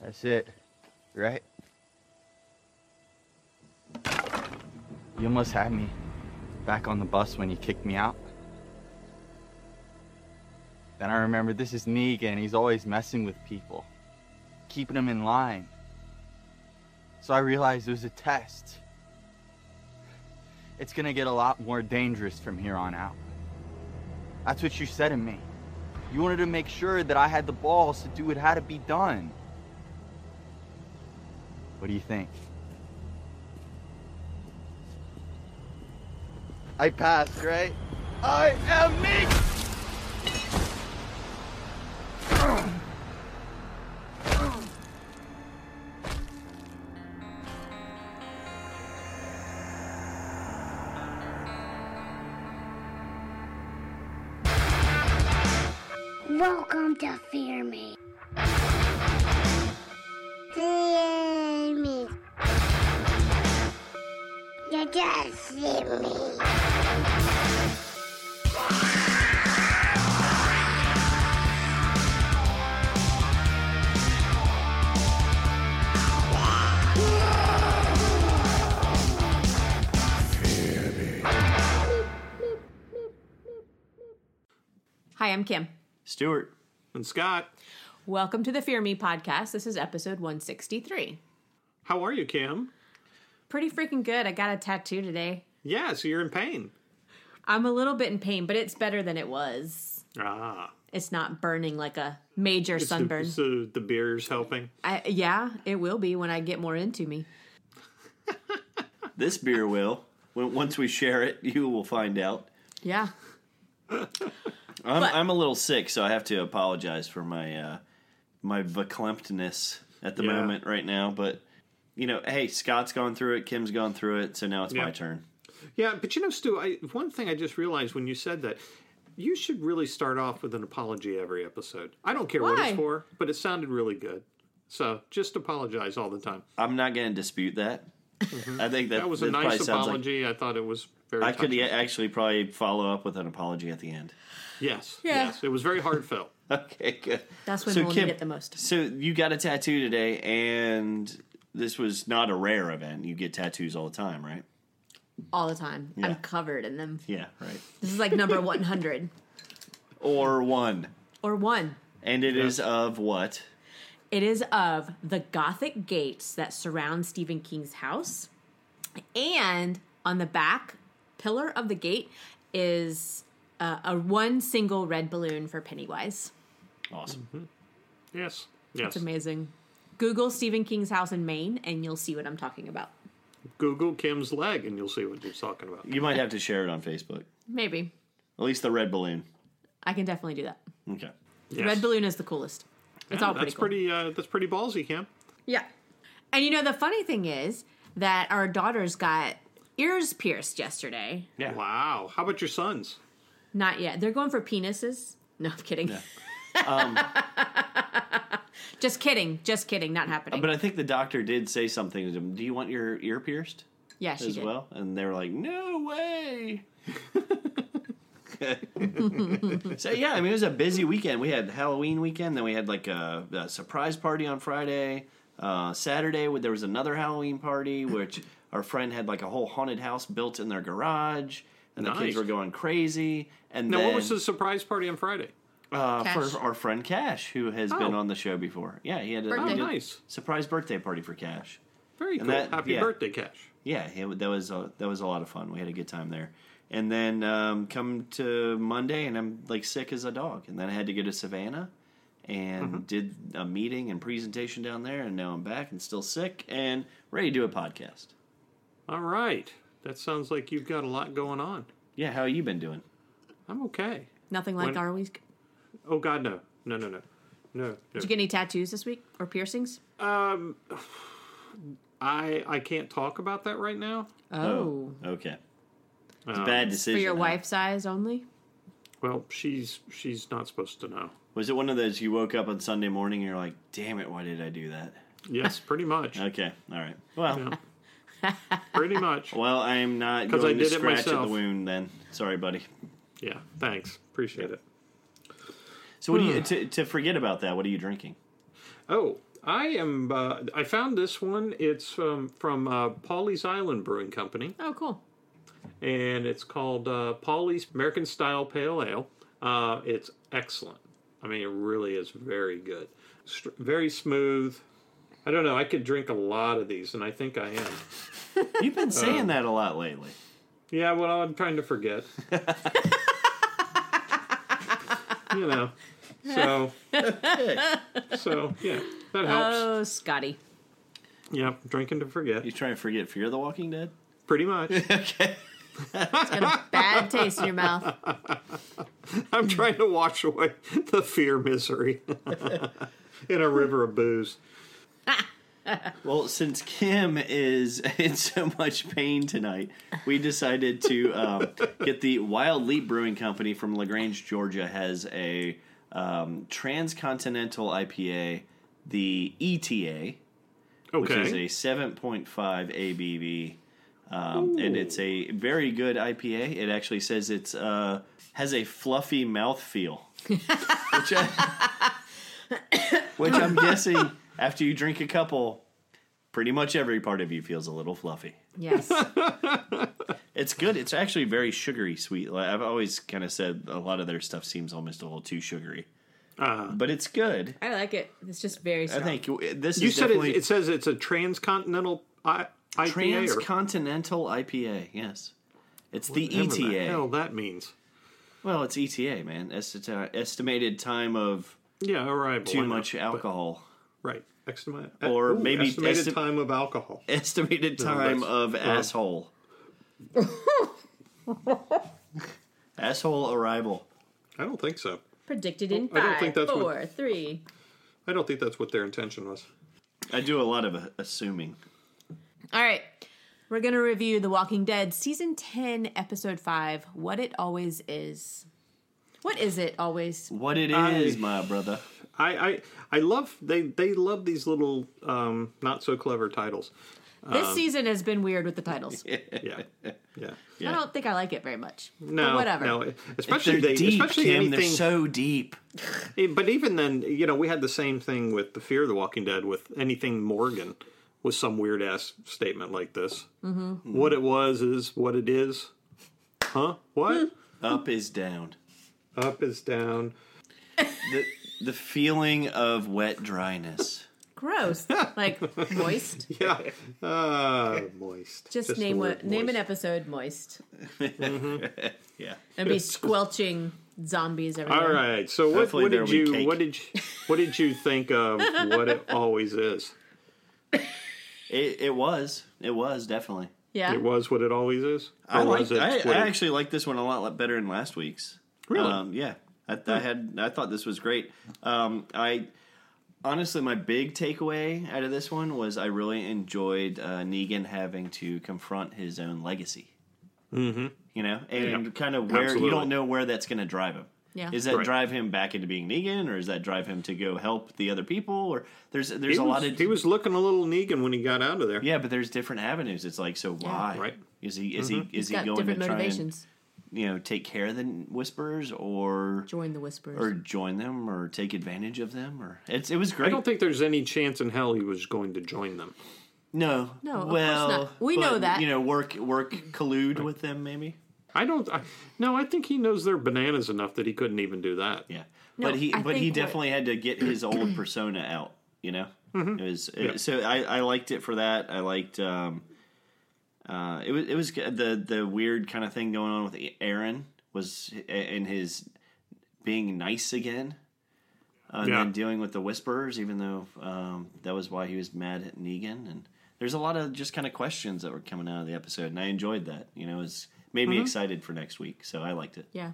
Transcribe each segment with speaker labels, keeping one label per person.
Speaker 1: That's it. Right? You almost had me back on the bus when you kicked me out. Then I remember this is Negan. He's always messing with people, keeping them in line. So I realized it was a test. It's gonna get a lot more dangerous from here on out. That's what you said to me. You wanted to make sure that I had the balls to do what had to be done. What do you think? I passed, right? I am me!
Speaker 2: Welcome to Fear Me. Fear me. You just see me.
Speaker 3: Hi, I'm Kim.
Speaker 4: Stuart and Scott.
Speaker 3: Welcome to the Fear Me podcast. This is episode 163.
Speaker 4: How are you, Kim?
Speaker 3: Pretty freaking good. I got a tattoo today.
Speaker 4: Yeah, so you're in pain.
Speaker 3: I'm a little bit in pain, but it's better than it was.
Speaker 4: Ah,
Speaker 3: It's not burning like a major
Speaker 4: so-
Speaker 3: sunburn.
Speaker 4: So, the beer's helping.
Speaker 3: I, yeah, it will be when I get more into me.
Speaker 5: This beer will. When, once we share it, you will find out.
Speaker 3: Yeah.
Speaker 5: I'm,
Speaker 3: But-
Speaker 5: I'm a little sick, so I have to apologize for my uh, my verklempt-ness at the
Speaker 4: Yeah.
Speaker 5: moment right now. But you know, hey, Scott's gone through it, Kim's gone through it, so now it's my
Speaker 4: Yeah.
Speaker 5: turn.
Speaker 4: Yeah, but you know, Stu, I, one thing I just realized when you said that, you should really start off with an apology every episode. I don't care what
Speaker 3: Why?
Speaker 4: it's for, but it sounded really good. So just apologize all the time.
Speaker 5: I'm not going to dispute that. I think that,
Speaker 4: Mm-hmm. That was a
Speaker 5: that probably
Speaker 4: nice
Speaker 5: sounds
Speaker 4: apology. I thought it was very.
Speaker 5: Like, I could e-
Speaker 4: touching.
Speaker 5: a- actually probably follow up with an apology at the end.
Speaker 4: Yes,
Speaker 3: Yeah.
Speaker 4: yes, it was very heartfelt.
Speaker 5: Okay, good.
Speaker 3: That's when we'll need it the most.
Speaker 5: So you got a tattoo today, and this was not a rare event. You get tattoos all the time, right?
Speaker 3: All the time. I'm
Speaker 5: Yeah.
Speaker 3: covered in them.
Speaker 5: Yeah, right.
Speaker 3: This is like number 100
Speaker 5: Or one.
Speaker 3: or one.
Speaker 5: And it is of what?
Speaker 3: It is of the Gothic gates that surround Stephen King's house. And on the back pillar of the gate is uh, a one single red balloon for Pennywise.
Speaker 5: Awesome.
Speaker 4: Yes, yes.
Speaker 3: It's amazing. Google Stephen King's house in Maine and you'll see what I'm talking about.
Speaker 4: Google Kim's leg, and you'll see what he's talking about.
Speaker 5: You might have to share it on Facebook.
Speaker 3: Maybe.
Speaker 5: At least the red balloon.
Speaker 3: I can definitely do that.
Speaker 5: Okay.
Speaker 3: The Red balloon is the coolest. It's all pretty
Speaker 4: that's
Speaker 3: cool.
Speaker 4: pretty. Uh, that's pretty ballsy, Kim.
Speaker 3: Yeah. And you know, the funny thing is that our daughters got ears pierced yesterday.
Speaker 5: Yeah.
Speaker 4: Wow. How about your sons?
Speaker 3: Not yet. They're going for penises. No, I'm kidding.
Speaker 4: Um,
Speaker 3: just kidding. Just kidding. Not happening.
Speaker 5: But I think the doctor did say something to them. Do you want your ear pierced
Speaker 3: yeah, she
Speaker 5: as
Speaker 3: did.
Speaker 5: well? And they were like, no way. so, yeah, I mean, it was a busy weekend. We had Halloween weekend, then we had like a, a surprise party on Friday. Uh, Saturday, where there was another Halloween party, which our friend had like a whole haunted house built in their garage, and the
Speaker 4: Nice.
Speaker 5: kids were going crazy. And
Speaker 4: Now,
Speaker 5: then,
Speaker 4: what was the surprise party on Friday?
Speaker 5: uh,
Speaker 3: Cash.
Speaker 5: for our friend Cash, who has been
Speaker 4: Oh.
Speaker 5: on the show before. Yeah, he had a, he
Speaker 3: Birthday.
Speaker 4: Oh,
Speaker 3: did-
Speaker 4: nice.
Speaker 5: surprise birthday party for Cash.
Speaker 4: Very cool.
Speaker 5: and that-
Speaker 4: Happy
Speaker 5: yeah.
Speaker 4: birthday, Cash.
Speaker 5: Yeah, he, that was a, that was a lot of fun. We had a good time there. And then um, come to Monday, and I'm like sick as a dog. And then I had to go to Savannah, and
Speaker 4: Mm-hmm.
Speaker 5: did a meeting and presentation down there. And now I'm back and still sick and ready to do a podcast.
Speaker 4: All right. That sounds like you've got a lot going on.
Speaker 5: Yeah, how you been doing?
Speaker 4: I'm okay.
Speaker 3: Nothing like
Speaker 4: When-
Speaker 3: our week.
Speaker 4: Oh God, no, no, no, no, no. no.
Speaker 3: Did you get any tattoos this week or piercings?
Speaker 4: I I can't talk about that right now.
Speaker 3: Oh.
Speaker 5: okay. It's
Speaker 4: Um,
Speaker 5: a bad
Speaker 3: For
Speaker 5: decision.
Speaker 3: your
Speaker 5: huh?
Speaker 3: wife size only?
Speaker 4: Well, she's she's not supposed to know.
Speaker 5: Was it one of those you woke up on Sunday morning and you're like, "Damn it, why did I do that?"
Speaker 4: Yes, pretty much.
Speaker 5: Okay, all right. Well,
Speaker 4: Yeah. pretty much.
Speaker 5: Well, I am not
Speaker 4: 'Cause
Speaker 5: going
Speaker 4: I
Speaker 5: to
Speaker 4: did it
Speaker 5: scratch at
Speaker 4: myself.
Speaker 5: the wound. Then, sorry, buddy.
Speaker 4: Yeah. Thanks. Appreciate it. Hmm.
Speaker 5: So, what do you to, to forget about that? What are you drinking?
Speaker 4: Oh, I am. Uh, I found this one. It's um, from uh, Paulie's Island Brewing Company,
Speaker 3: Oh, cool.
Speaker 4: and it's called uh, Paulie's American Style Pale Ale. Uh, it's excellent. I mean, it really is very good. Str- very smooth. I don't know. I could drink a lot of these, and I think I am.
Speaker 5: You've been saying that a lot lately.
Speaker 4: Yeah, well, I'm trying to forget. you know. So, so yeah, that helps.
Speaker 3: Oh, Scotty.
Speaker 4: yeah, drinking to forget.
Speaker 5: You trying to forget Fear the Walking Dead?
Speaker 4: Pretty much.
Speaker 3: Bad taste in your mouth.
Speaker 4: I'm trying to wash away the fear misery in a river of booze.
Speaker 5: Well, since Kim is in so much pain tonight, we decided to um, get the Wild Leap Brewing Company from Lagrange, Georgia, has a um, transcontinental IPA, the E ETA, which is
Speaker 4: Okay.
Speaker 5: a 7.5 ABV, um, and it's a very good IPA. It actually says it's uh, has a fluffy mouthfeel, which, I, which I'm guessing after you drink a couple, pretty much every part of you feels a little fluffy.
Speaker 3: Yes.
Speaker 5: It's good. It's actually very sugary sweet. Like, I've always kind of said a lot of their stuff seems almost a little too sugary,
Speaker 4: Uh,
Speaker 5: but it's good.
Speaker 3: I like it. It's just very
Speaker 5: I
Speaker 3: strong.
Speaker 5: think this
Speaker 4: you
Speaker 5: is
Speaker 4: said it,
Speaker 5: definitely
Speaker 4: it says it's a transcontinental I, IPA. or
Speaker 5: transcontinental IPA. Yes, it's the
Speaker 4: whatever
Speaker 5: ETA.
Speaker 4: The hell, that means.
Speaker 5: Well, it's ETA, man. Esti- estimated time of
Speaker 4: Yeah, arrival. I
Speaker 5: too
Speaker 4: know.
Speaker 5: much alcohol.
Speaker 4: Right. Estimate,
Speaker 5: Or maybe
Speaker 4: estimated
Speaker 5: esti-
Speaker 4: time of alcohol.
Speaker 5: Estimated time
Speaker 4: that's-
Speaker 5: of asshole. asshole arrival.
Speaker 4: I don't think so.
Speaker 3: Predicted in
Speaker 4: I don't
Speaker 3: five,
Speaker 4: think that's what-
Speaker 3: four, three.
Speaker 4: I don't think that's what their intention was.
Speaker 5: I do a lot of uh, assuming.
Speaker 3: All right. We're going to review The Walking Dead Season 10, Episode 5 What It Always Is. What is it always?
Speaker 5: What it
Speaker 4: I-
Speaker 5: is, my brother.
Speaker 4: I, I I love they they love these little um, not so clever titles.
Speaker 3: This season has been weird with the titles.
Speaker 4: Um, Yeah, yeah.
Speaker 3: I don't think I like it very much.
Speaker 4: No,
Speaker 3: but whatever.
Speaker 4: No,
Speaker 5: They're
Speaker 4: especially they,
Speaker 5: deep,
Speaker 4: especially
Speaker 5: Kim.
Speaker 4: anything.
Speaker 5: They're so deep.
Speaker 4: Eh, But even then, you know, we had the same thing with the Fear of the Walking Dead with anything Morgan with some weird ass statement like this. Mm-hmm. What it was is what it is. Huh? What?
Speaker 5: Up is down. Hmm.
Speaker 4: Up is down.
Speaker 5: The the feeling of wet dryness.
Speaker 3: Gross. Like moist.
Speaker 4: Yeah. Uh, moist.
Speaker 3: Just,
Speaker 4: the
Speaker 3: name
Speaker 4: word
Speaker 3: what name an
Speaker 4: moist. Mm-hmm.
Speaker 3: episode moist.
Speaker 5: Yeah.
Speaker 3: It'd be squelching zombies everywhere.
Speaker 4: All right. So what,
Speaker 5: Hopefully
Speaker 4: what
Speaker 5: there
Speaker 4: did
Speaker 5: will
Speaker 4: you
Speaker 5: be cake.
Speaker 4: what did you, what did you think of what it always is?
Speaker 5: It, it was. It was definitely.
Speaker 3: Yeah.
Speaker 4: It was what it always is.
Speaker 5: I
Speaker 4: Or
Speaker 5: like.
Speaker 4: was it
Speaker 5: I,
Speaker 4: what
Speaker 5: I
Speaker 4: it-
Speaker 5: actually like this one a lot better than last week's.
Speaker 4: Really?
Speaker 5: Um, yeah. I, I had. I thought this was great. Um, I honestly, my big takeaway out of this one was I really enjoyed uh, Negan having to confront his own legacy. Mm-hmm. You know, and
Speaker 4: Yeah.
Speaker 5: kind of where you
Speaker 4: Absolutely.
Speaker 5: don't know where that's going to drive him.
Speaker 3: Yeah.
Speaker 5: Is that
Speaker 4: Right.
Speaker 5: drive him back into being Negan, or is that drive him to go help the other people? Or there's there's
Speaker 4: he
Speaker 5: a
Speaker 4: was,
Speaker 5: lot of
Speaker 4: he was looking a little Negan when he got out of there.
Speaker 5: yeah, but there's different avenues. It's like so why
Speaker 4: Right. Mm-hmm.
Speaker 5: is he is he is
Speaker 3: Got
Speaker 5: he going to
Speaker 3: different
Speaker 5: try and
Speaker 3: motivations.
Speaker 5: you know take care of the whisperers or
Speaker 3: Join the whispers.
Speaker 5: or join them or take advantage of them or it's it was great.
Speaker 4: I don't think there's any chance in hell he was going to join them.
Speaker 5: no,
Speaker 3: No, of course
Speaker 5: well,
Speaker 3: not. We know
Speaker 5: but,
Speaker 3: that.
Speaker 5: you know work work
Speaker 4: Mm-hmm.
Speaker 5: collude with them maybe.
Speaker 4: I don't. I, no, I think he knows they're bananas enough that he couldn't even do that.
Speaker 5: Yeah,
Speaker 3: No,
Speaker 5: but he
Speaker 3: I
Speaker 5: but he
Speaker 3: think what-
Speaker 5: definitely had to get his old persona out. You know, it was it- so I, I liked it for that. I liked um, uh, it was it was good. the the weird kind of thing going on with Aaron was in his being nice again. Uh, and
Speaker 4: Yeah.
Speaker 5: then dealing with the whisperers, even though um, that was why he was mad at Negan, and there's a lot of just kind of questions that were coming out of the episode, and I enjoyed that. You know, it's made me excited for next week, so I liked it.
Speaker 3: yeah.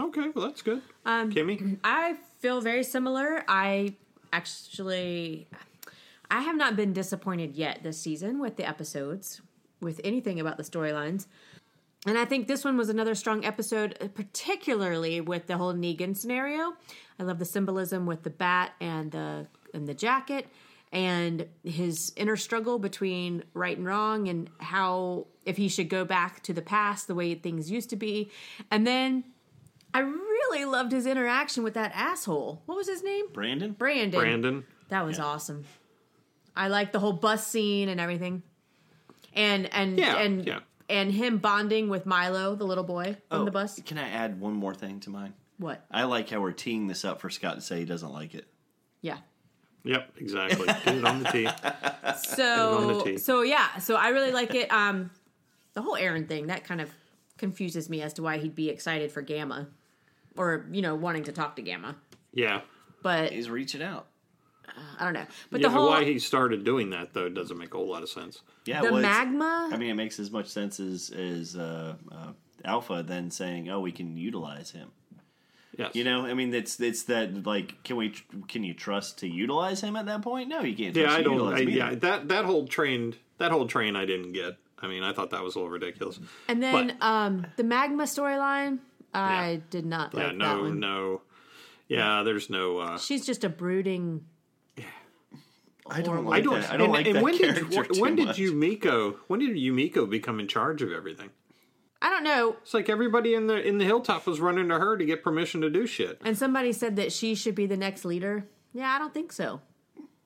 Speaker 4: Okay, well that's good.
Speaker 3: Um,
Speaker 4: Kimmy,
Speaker 3: I feel very similar. I actually I have not been disappointed yet this season with the episodes, with anything about the storylines. And I think this one was another strong episode, uh, particularly with the whole Negan scenario. I love the symbolism with the bat and the and the jacket and his inner struggle between right and wrong and how if he should go back to the past the way things used to be. And then I really loved his interaction with that asshole. What was his name?
Speaker 5: Brandon,
Speaker 3: Brandon.
Speaker 4: Brandon.
Speaker 3: That was awesome. I like the whole bus scene and everything. And and
Speaker 4: Yeah,
Speaker 3: and
Speaker 4: yeah.
Speaker 3: and him bonding with Milo, the little boy on
Speaker 5: Oh,
Speaker 3: the bus.
Speaker 5: Can I add one more thing to mine?
Speaker 3: What?
Speaker 5: I like how we're teeing this up for Scott to say he doesn't like it.
Speaker 3: Yeah.
Speaker 4: Yep, exactly. Get it on the tee. Uh, on the
Speaker 3: So
Speaker 4: tee.
Speaker 3: so yeah, so I really like it. Um the whole Aaron thing, that kind of confuses me as to why he'd be excited for Gamma. Or, you know, wanting to talk to Gamma.
Speaker 4: Yeah.
Speaker 3: But
Speaker 5: He's reaching out.
Speaker 3: I don't know. But
Speaker 4: yeah,
Speaker 3: the
Speaker 4: but
Speaker 3: whole
Speaker 4: why he started doing that though doesn't make a whole lot of sense.
Speaker 5: Yeah,
Speaker 3: the
Speaker 5: well, it's-
Speaker 3: magma
Speaker 5: I mean, it makes as much sense as as uh, uh, Alpha than saying, "Oh, we can utilize him."
Speaker 4: Yes.
Speaker 5: You know, I mean, it's it's that like, can we? tr- Can you trust to utilize him at that point? No, you can't. Trust
Speaker 4: Yeah,
Speaker 5: to
Speaker 4: I don't. I,
Speaker 5: Utilize him
Speaker 4: yeah,
Speaker 5: either.
Speaker 4: that that whole train, that whole train, I didn't get. I mean, I thought that was a little ridiculous.
Speaker 3: and then um the magma storyline. I
Speaker 4: Yeah.
Speaker 3: did not
Speaker 4: yeah,
Speaker 3: like that
Speaker 4: no,
Speaker 3: one.
Speaker 4: no. Yeah, there's no. Uh,
Speaker 3: She's just a brooding
Speaker 5: I don't
Speaker 3: horrible.
Speaker 5: like
Speaker 4: I don't.
Speaker 5: that. I don't
Speaker 4: and,
Speaker 5: like
Speaker 4: and
Speaker 5: that
Speaker 4: when did
Speaker 5: character
Speaker 4: when
Speaker 5: too
Speaker 4: did
Speaker 5: much.
Speaker 4: Yumiko when did Yumiko become in charge of everything?
Speaker 3: I don't know.
Speaker 4: It's like everybody in the in the hilltop was running to her to get permission to do shit.
Speaker 3: And somebody said that she should be the next leader. Yeah, I don't think so.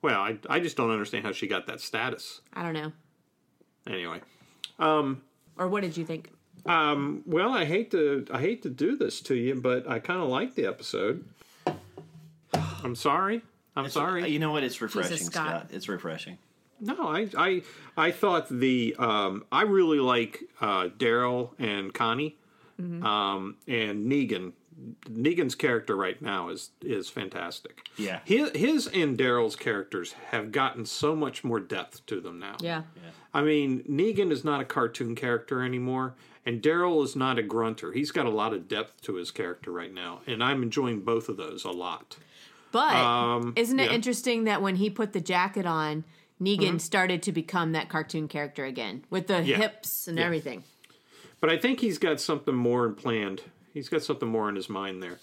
Speaker 4: Well, I I just don't understand how she got that status.
Speaker 3: I don't know.
Speaker 4: Anyway,
Speaker 3: Or what did you think?
Speaker 4: um, well, I hate to I hate to do this to you, but I kind of like the episode. I'm sorry. I'm sorry.
Speaker 5: Uh, You know what? It's refreshing,
Speaker 3: Scott.
Speaker 5: Scott. It's refreshing.
Speaker 4: No, I I I thought the um, I really like uh, Daryl and Connie, um, and Negan. Negan's character right now is is fantastic.
Speaker 5: Yeah.
Speaker 4: his, his and Daryl's characters have gotten so much more depth to them now.
Speaker 3: Yeah.
Speaker 4: I mean, Negan is not a cartoon character anymore, and Daryl is not a grunter. He's got a lot of depth to his character right now, and I'm enjoying both of those a lot.
Speaker 3: But isn't it
Speaker 4: Um, yeah. Mm-hmm.
Speaker 3: interesting that when he put the jacket on, Negan started to become that cartoon character again with the
Speaker 4: Yeah.
Speaker 3: hips and everything.
Speaker 4: But I think he's got something more in planned. He's got something more in his mind there.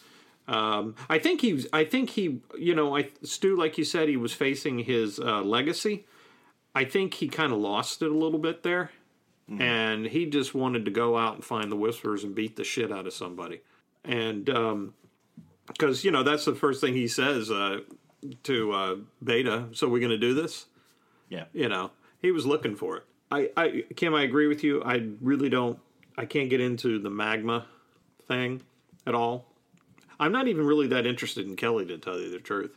Speaker 4: Um, I think he's. I think he. You know, I Stu, like you said, he was facing his uh, legacy. I think he kind of lost it a little bit there, and he just wanted to go out and find the whisperers and beat the shit out of somebody. And because you know that's the first thing he says uh, to uh, Beta. So we're going to do this
Speaker 5: Yeah.
Speaker 4: you know he was looking for it i i kim i agree with you i really don't i can't get into the magma thing at all i'm not even really that interested in kelly to tell you the truth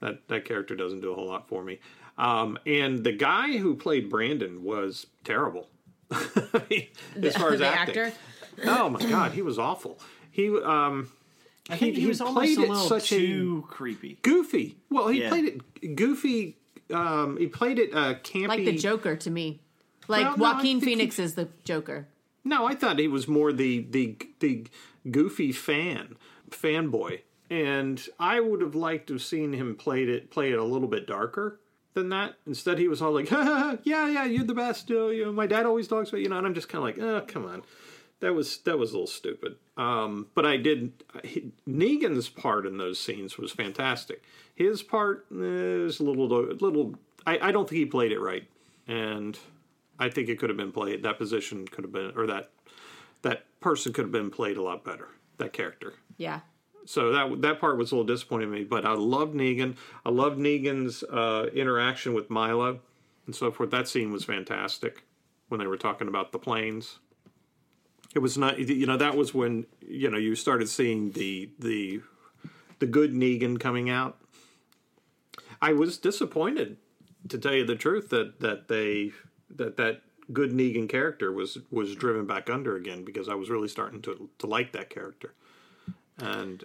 Speaker 4: that that character doesn't do a whole lot for me um and the guy who played brandon was terrible I mean, as far as
Speaker 3: the
Speaker 4: acting.
Speaker 3: actor?
Speaker 4: oh my god he was awful he um
Speaker 5: I think
Speaker 4: he
Speaker 5: he, was almost
Speaker 4: played
Speaker 5: a
Speaker 4: it
Speaker 5: little
Speaker 4: such a-
Speaker 5: too creepy.
Speaker 4: goofy well he
Speaker 5: Yeah.
Speaker 4: played it goofy um he played it uh campy
Speaker 3: Like the Joker to me. Like
Speaker 4: Well, no, I
Speaker 3: Joaquin
Speaker 4: think he-
Speaker 3: Phoenix is the Joker.
Speaker 4: No, I thought he was more the the the goofy fan fanboy, and I would have liked to have seen him played it play it a little bit darker than that. Instead, he was all like, "Yeah, yeah, you're the best. You know, you know, my dad always talks about you know," and I'm just kind of like, "Oh, come on." That was that was a little stupid, um, but I did. He, Negan's part in those scenes was fantastic. His part eh, was a little little. I, I don't think he played it right, and I think it could have been played. That position could have been, or that that person could have been played a lot better. That character.
Speaker 3: Yeah.
Speaker 4: So that that part was a little disappointing to me. But I love Negan. I love Negan's uh, interaction with Milo and so forth. That scene was fantastic when they were talking about the planes. It was not, you know, that was when you know you started seeing the the the good Negan coming out. I was disappointed, to tell you the truth, that that they that that good Negan character was was driven back under again because I was really starting to to like that character, and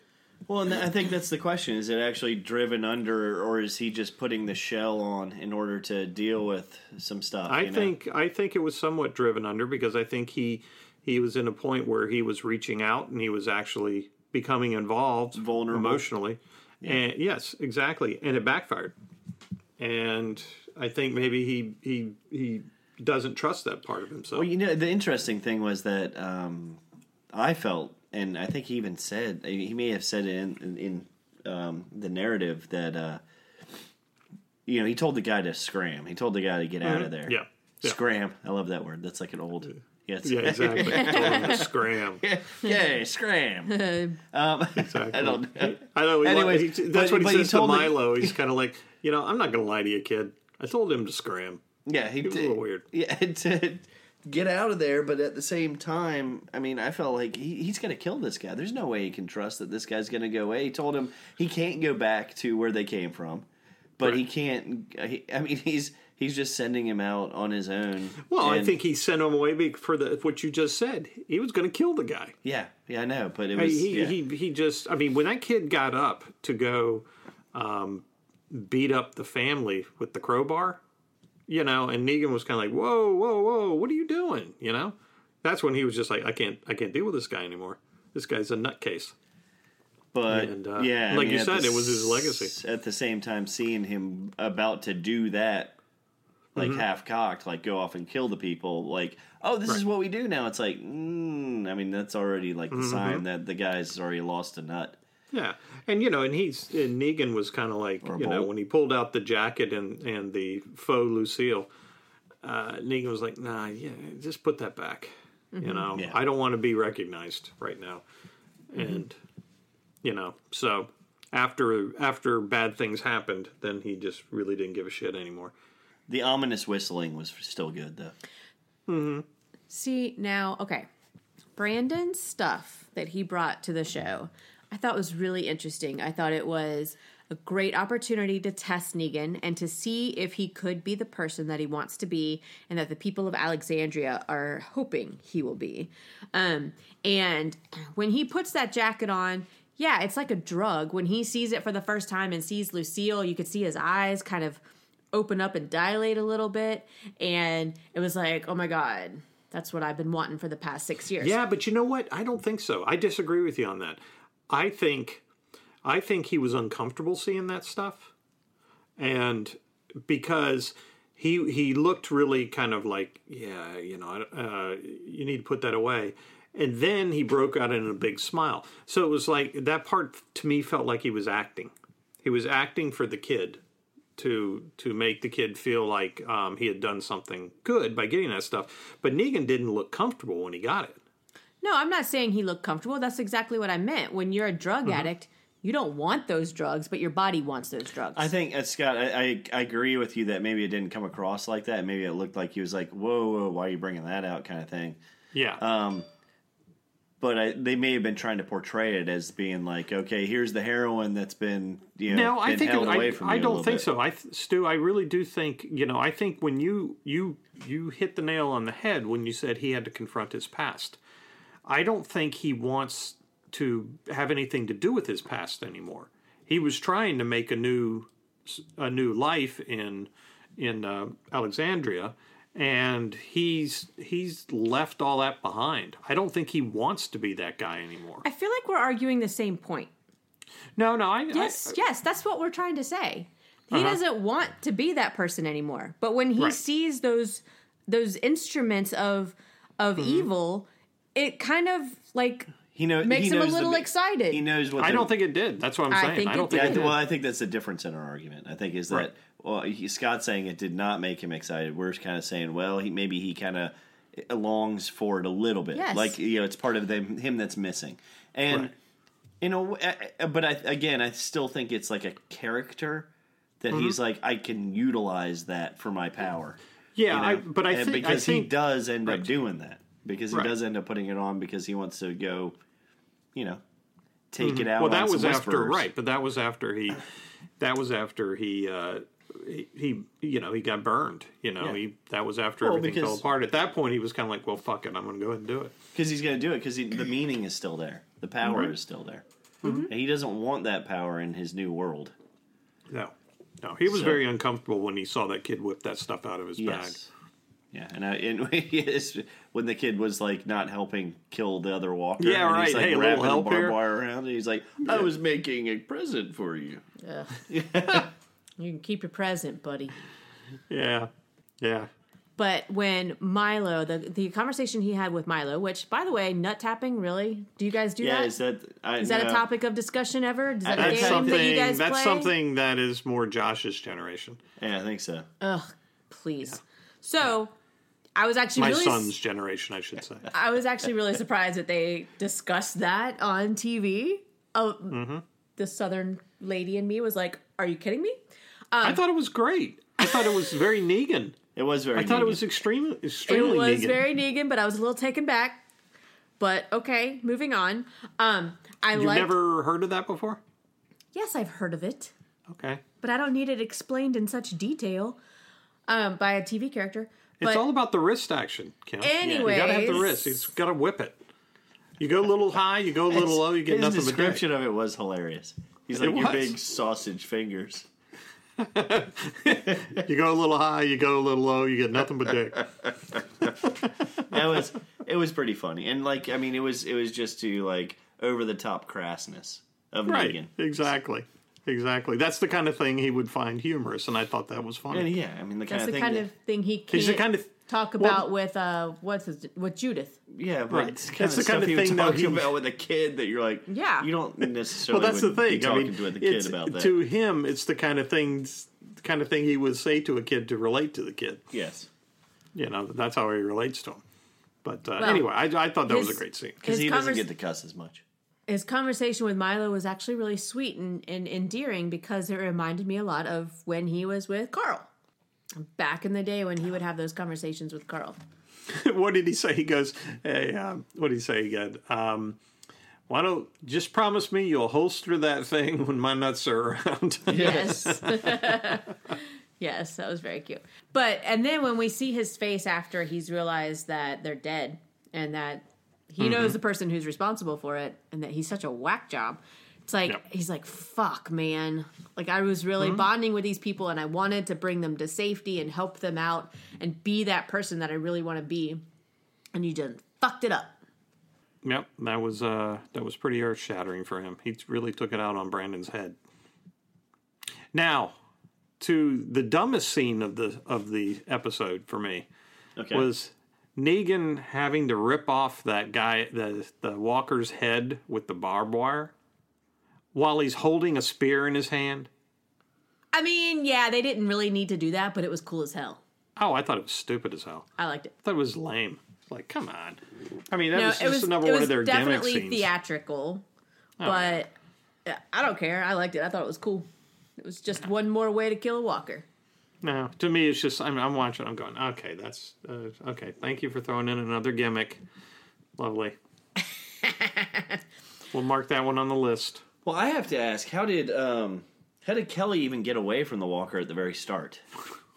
Speaker 5: Well, and I think that's the question: Is it actually driven under, or is he just putting the shell on in order to deal with some stuff?
Speaker 4: I
Speaker 5: you know?
Speaker 4: think I think it was somewhat driven under because I think he he was in a point where he was reaching out and he was actually becoming involved
Speaker 5: Vulnerable.
Speaker 4: emotionally. And yes, exactly. And it backfired. And I think maybe he he he doesn't trust that part of himself.
Speaker 5: Well, you know, the interesting thing was that um, I felt, and I think he even said, he may have said it in, in, in um, the narrative that, uh, you know, he told the guy to scram. He told the guy to get out of there.
Speaker 4: Mm-hmm. Yeah. Yeah.
Speaker 5: Scram. I love that word. That's like an old. Yes.
Speaker 4: yeah, exactly. Told him to scram.
Speaker 5: Yay, scram. Um,
Speaker 4: Exactly.
Speaker 5: I don't know.
Speaker 4: I know. He,
Speaker 5: Anyways,
Speaker 4: he- that's
Speaker 5: but-
Speaker 4: what
Speaker 5: but
Speaker 4: he
Speaker 5: he
Speaker 4: says to
Speaker 5: told me-
Speaker 4: Milo. He's kind of like, you know, I'm not going to lie to you, kid. I told him to scram.
Speaker 5: Yeah, he
Speaker 4: It was a
Speaker 5: did.
Speaker 4: little weird.
Speaker 5: Yeah, to get out of there, but at the same time, I mean, I felt like he, he's going to kill this guy. There's no way he can trust that this guy's going to go away. He told him he can't go back to where they came from, but he can't. uh, He, I mean, he's he's just sending him out on his own.
Speaker 4: Well, I
Speaker 5: And-
Speaker 4: think he sent him away be- for the what you just said. He was going to kill the guy.
Speaker 5: Yeah, yeah, I know, but it
Speaker 4: I mean,
Speaker 5: was
Speaker 4: he,
Speaker 5: yeah.
Speaker 4: he he just. I mean, when that kid got up to go um, beat up the family with the crowbar, you know, and Negan was kind of like, "Whoa, whoa, whoa! What are you doing?" You know, that's when he was just like, "I can't, I can't deal with this guy anymore. This guy's a nutcase."
Speaker 5: but
Speaker 4: and, uh,
Speaker 5: yeah, I
Speaker 4: like you
Speaker 5: at
Speaker 4: said,
Speaker 5: the
Speaker 4: it was his
Speaker 5: s-
Speaker 4: legacy.
Speaker 5: At the same time, seeing him about to do that, like
Speaker 4: Mm-hmm.
Speaker 5: half cocked, like go off and kill the people, like oh, this is what we do now. It's like, mm, I mean, that's already like the
Speaker 4: Mm-hmm.
Speaker 5: sign that the guy's already lost a nut.
Speaker 4: Yeah, and you know, and he's and Negan was kind of like
Speaker 5: Or a
Speaker 4: you know
Speaker 5: bolt.
Speaker 4: when he pulled out the jacket and and the faux Lucille, uh, Negan was like, "Nah, yeah, just put that back." You know,
Speaker 5: Yeah. Mm-hmm.
Speaker 4: I don't want to be recognized right now, and you know, so after after bad things happened, then he just really didn't give a shit anymore.
Speaker 5: The ominous whistling was still good though.
Speaker 3: See, now, okay. Brandon's stuff that he brought to the show, I thought was really interesting. I thought it was a great opportunity to test Negan and to see if he could be the person that he wants to be and that the people of Alexandria are hoping he will be. Um, and when he puts that jacket on, yeah, it's like a drug. When he sees it for the first time and sees Lucille, you could see his eyes kind of open up and dilate a little bit. And it was like, oh my God, that's what I've been wanting for the past six years.
Speaker 4: Yeah, but you know what? I don't think so. I disagree with you on that. I think I think he was uncomfortable seeing that stuff. And because he he looked really kind of like, yeah, you know, I don't- uh, you need to put that away. And then he broke out in a big smile. So it was like that part to me felt like he was acting. He was acting for the kid to to make the kid feel like um, he had done something good by getting that stuff. But Negan didn't look comfortable when he got it.
Speaker 3: No, I'm not saying he looked comfortable. That's exactly what I meant. When you're a drug addict, you don't want those drugs, but your body wants those drugs.
Speaker 5: I think uh, Scott, I, I I agree with you that maybe it didn't come across like that. Maybe it looked like he was like, whoa, whoa, why are you bringing that out, kind of thing.
Speaker 4: Yeah.
Speaker 5: Um, but I, they may have been trying to portray it as being like, okay, here's the heroin that's been you
Speaker 4: no,
Speaker 5: know been
Speaker 4: I think
Speaker 5: held
Speaker 4: it- I,
Speaker 5: away from
Speaker 4: I
Speaker 5: you a
Speaker 4: don't
Speaker 5: little
Speaker 4: think
Speaker 5: bit.
Speaker 4: so. I th- Stu, I really do think you know. I think when you you you hit the nail on the head when you said he had to confront his past. I don't think he wants to have anything to do with his past anymore. He was trying to make a new a new life in in uh, Alexandria, and he's he's left all that behind. I don't think he wants to be that guy anymore.
Speaker 3: I feel like we're arguing the same point.
Speaker 4: No, no, I
Speaker 3: Yes,
Speaker 4: I,
Speaker 3: yes, that's what we're trying to say. He doesn't want to be that person anymore. But when he
Speaker 4: Right.
Speaker 3: sees those those instruments of of evil, it kind of like
Speaker 5: He know,
Speaker 3: Makes
Speaker 5: he
Speaker 3: him a
Speaker 5: knows the
Speaker 3: little
Speaker 5: bi-
Speaker 3: excited.
Speaker 5: He knows what
Speaker 4: I
Speaker 5: the-
Speaker 4: don't think it did. That's what I'm
Speaker 3: I
Speaker 4: saying.
Speaker 3: think
Speaker 4: I
Speaker 3: it
Speaker 4: don't
Speaker 5: Yeah,
Speaker 4: think
Speaker 5: I th-
Speaker 4: it
Speaker 3: did.
Speaker 5: well, I think that's the difference in our argument. I think is that
Speaker 4: Right.
Speaker 5: well, he, Scott's saying it did not make him excited. We're kind of saying, well, he maybe he kind of longs for it a little bit,
Speaker 3: Yes.
Speaker 5: like you know, it's part of them, him that's missing, and
Speaker 4: Right.
Speaker 5: you know, eh, but I, again, I still think it's like a character that
Speaker 4: Mm-hmm.
Speaker 5: he's like, I can utilize that for my power.
Speaker 4: Yeah,
Speaker 5: you
Speaker 4: I,
Speaker 5: know?
Speaker 4: but I,
Speaker 5: And
Speaker 4: think
Speaker 5: because
Speaker 4: I think,
Speaker 5: he does end
Speaker 4: Right.
Speaker 5: up doing that because he
Speaker 4: Right.
Speaker 5: does end up putting it on because he wants to go, you know, take it out.
Speaker 4: Mm-hmm. Well,
Speaker 5: on
Speaker 4: that
Speaker 5: some
Speaker 4: was after,
Speaker 5: whisperers.
Speaker 4: right? But that was after he, that was after he, uh, he, he, you know, he got burned. You know,
Speaker 5: Yeah.
Speaker 4: he that was after
Speaker 5: Well,
Speaker 4: everything fell
Speaker 5: because-
Speaker 4: apart. At that point, he was kind of like, "Well, fuck it, I'm going to go ahead and do it."
Speaker 5: because he's going to do it because the meaning is still there, the power is still there,
Speaker 4: Mm-hmm.
Speaker 5: and he doesn't want that power in his new world.
Speaker 4: No, no, he was
Speaker 5: So-
Speaker 4: very uncomfortable when he saw that kid whip that stuff out of his bag.
Speaker 5: Yes. Yeah, and, I, and it's- when the kid was like not helping kill the other walker,
Speaker 4: Yeah,
Speaker 5: and
Speaker 4: right.
Speaker 5: He's, like,
Speaker 4: Hey, a little
Speaker 5: wrapping
Speaker 4: help
Speaker 5: barbed
Speaker 4: here?
Speaker 5: wire around, and he's like, "I was making a present for you."
Speaker 3: you can keep your present, buddy.
Speaker 4: Yeah, yeah.
Speaker 3: But when Milo, the the conversation he had with Milo, which by the way, nut tapping, really? Do you guys do
Speaker 5: Yeah,
Speaker 3: that?
Speaker 5: is that I,
Speaker 3: Is that a
Speaker 5: no.
Speaker 3: topic of discussion ever? Is that a
Speaker 4: That's
Speaker 3: game
Speaker 4: something.
Speaker 3: that you guys
Speaker 4: that's
Speaker 3: play?
Speaker 4: something that is more Josh's generation,
Speaker 5: Yeah, I think so.
Speaker 3: Ugh, please. So, I was actually
Speaker 4: my
Speaker 3: really Uh, um,
Speaker 4: son's generation, I should say.
Speaker 3: I was actually really surprised that they discussed that on TV. Oh,
Speaker 4: Mm-hmm.
Speaker 3: the southern lady in me was like, "Are you kidding me?"
Speaker 4: I thought it was great. I thought it was very Negan.
Speaker 5: It was very.
Speaker 4: I thought it
Speaker 5: Negan.
Speaker 4: was extremely
Speaker 3: It
Speaker 4: extremely
Speaker 3: was
Speaker 4: Negan.
Speaker 3: very Negan, but I was a little taken back. But okay, moving on. Um, I
Speaker 4: You've
Speaker 3: liked.
Speaker 4: never heard of that before?
Speaker 3: Yes, I've heard of it.
Speaker 4: Okay.
Speaker 3: but I don't need it explained in such detail um, by a TV character. But
Speaker 4: it's all about the wrist action, Kim.
Speaker 3: anyways,
Speaker 4: You gotta have the wrist. It's gotta whip it. You go a little high, you go a
Speaker 5: His-
Speaker 4: little low, you get
Speaker 5: his
Speaker 4: nothing but dick.
Speaker 5: description of it was hilarious. He's
Speaker 4: It
Speaker 5: like your
Speaker 4: was.
Speaker 5: big sausage fingers.
Speaker 4: You go a little high, you go a little low, you get nothing but dick.
Speaker 5: That was it was pretty funny, and like I mean, it was it was just to like over the top crassness of
Speaker 4: right.
Speaker 5: Negan.
Speaker 4: Exactly. Exactly. That's the kind of thing he would find humorous, and I thought that was funny.
Speaker 5: And yeah, I mean the kind
Speaker 3: that's
Speaker 5: of
Speaker 3: the
Speaker 5: thing.
Speaker 3: kind
Speaker 5: that-
Speaker 3: of thing he can't
Speaker 4: He's the kind of
Speaker 3: talk
Speaker 4: well-
Speaker 3: about with uh, what's his, with Judith.
Speaker 5: yeah, but
Speaker 4: Right.
Speaker 5: it's kind
Speaker 4: That's
Speaker 5: of
Speaker 4: the kind
Speaker 5: stuff
Speaker 4: of
Speaker 5: he would
Speaker 4: thing that
Speaker 5: talk
Speaker 4: he-
Speaker 5: about with a kid that you're like,
Speaker 3: Yeah.
Speaker 5: you don't necessarily.
Speaker 4: well, that's the
Speaker 5: would be
Speaker 4: thing. I
Speaker 5: Talking
Speaker 4: mean,
Speaker 5: to a
Speaker 4: it's-
Speaker 5: kid about that.
Speaker 4: to him, it's the kind of things, the kind of thing he would say to a kid to relate to the kid.
Speaker 5: yes,
Speaker 4: You know, that's how he relates to him. But uh,
Speaker 3: Well,
Speaker 4: anyway, I, I thought that was
Speaker 3: his-
Speaker 4: a great scene.
Speaker 5: because
Speaker 3: His,
Speaker 5: he doesn't
Speaker 3: convers-
Speaker 5: get to cuss as much.
Speaker 3: his conversation with Milo was actually really sweet and, and endearing because it reminded me a lot of when he was with Carl. Back in the day when he would have those conversations with Carl.
Speaker 4: what did he say? He goes, "Hey, um, what did he say again? Um, why don't just promise me you'll holster that thing when my nuts are around?"
Speaker 3: Yes. yes, that was very cute. But and then when we see his face after he's realized that they're dead and that he knows the person who's responsible for it and that he's such a whack job. It's like
Speaker 4: Yep.
Speaker 3: he's like, "Fuck, man. Like I was really bonding with these people and I wanted to bring them to safety and help them out and be that person that I really want to be. And you just fucked it up."
Speaker 4: yep, that was uh, that was pretty earth shattering for him. He really took it out on Brandon's head. Now, to the dumbest scene of the of the episode for me
Speaker 5: Okay,
Speaker 4: was Negan having to rip off that guy the the walker's head with the barbed wire while he's holding a spear in his hand.
Speaker 3: I mean, yeah, they didn't really need to do that, but it was cool as hell.
Speaker 4: Oh, I thought it was stupid as hell.
Speaker 3: I liked it.
Speaker 4: I thought it was lame. Like, come on. I mean, that
Speaker 3: No,
Speaker 4: was
Speaker 3: it
Speaker 4: just
Speaker 3: was
Speaker 4: another
Speaker 3: it
Speaker 4: one
Speaker 3: was
Speaker 4: of their gimmick
Speaker 3: definitely
Speaker 4: scenes.
Speaker 3: theatrical, but uh, I don't care. I liked it. I thought it was cool. It was just one more way to kill a walker.
Speaker 4: no, to me, it's just I'm, I'm watching. I'm going, okay, that's uh, okay. Thank you for throwing in another gimmick. Lovely. we'll mark that one on the list.
Speaker 5: Well, I have to ask, how did um, how did Kelly even get away from the walker at the very start?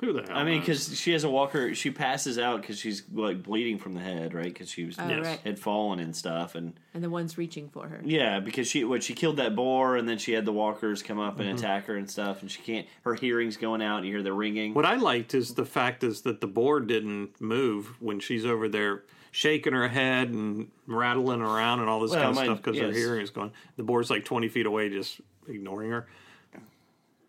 Speaker 4: Who the hell?
Speaker 5: I mean,
Speaker 4: knows?
Speaker 5: because she has a walker, she passes out because she's like bleeding from the head, right? Because she was
Speaker 4: Yes.
Speaker 3: right.
Speaker 5: had fallen and stuff, and
Speaker 3: And the one's reaching for her.
Speaker 5: yeah, because she what she killed that boar, and then she had the walkers come up and
Speaker 4: Mm-hmm.
Speaker 5: attack her and stuff, and she can't. Her hearing's going out, and you hear the ringing.
Speaker 4: what I liked is the fact is that the board didn't move when she's over there shaking her head and rattling around and all this
Speaker 5: Well,
Speaker 4: kind of
Speaker 5: mine-
Speaker 4: stuff because her
Speaker 5: yes.
Speaker 4: hearing is going. The board's like 20 feet away, just ignoring her.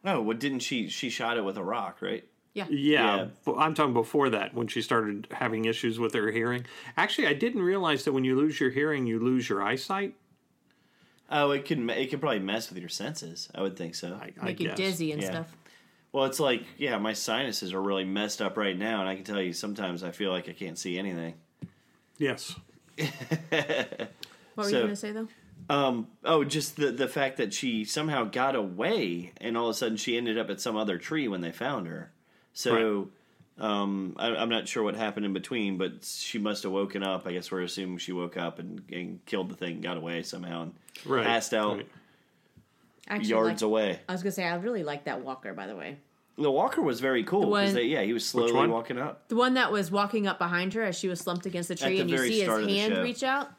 Speaker 5: No, what didn't she? She shot it with a rock, right?
Speaker 3: Yeah.
Speaker 4: Yeah,
Speaker 5: Yeah.
Speaker 4: but I'm talking before that when she started having issues with her hearing. Actually, I didn't realize that when you lose your hearing, you lose your eyesight.
Speaker 5: Oh, it could me- it could probably mess with your senses. I would think so.
Speaker 4: I, I
Speaker 3: Make you
Speaker 4: guess.
Speaker 3: dizzy and
Speaker 5: Yeah.
Speaker 3: stuff.
Speaker 5: Well, it's like yeah, my sinuses are really messed up right now, and I can tell you sometimes I feel like I can't see anything.
Speaker 4: Yes.
Speaker 3: What were
Speaker 5: So-
Speaker 3: you going to say though?
Speaker 5: Um, oh, just the the fact that she somehow got away, and all of a sudden she ended up at some other tree when they found her. So, um, I, I'm not sure what happened in between, but she must have woken up. I guess we're assuming she woke up and, and killed the thing, got away somehow, and
Speaker 4: Right.
Speaker 5: passed out
Speaker 4: right.
Speaker 3: I Actually,
Speaker 5: yards
Speaker 3: like-
Speaker 5: away.
Speaker 3: I was going to say I really like that walker by the way.
Speaker 5: The walker was very cool
Speaker 3: one-
Speaker 5: because yeah, he was slowly
Speaker 4: one?
Speaker 5: walking up.
Speaker 3: The one that was walking up behind her as she was slumped against the tree
Speaker 5: the
Speaker 3: and you
Speaker 5: very
Speaker 3: see
Speaker 5: start of
Speaker 3: his
Speaker 5: the
Speaker 3: hand
Speaker 5: show.
Speaker 3: reach out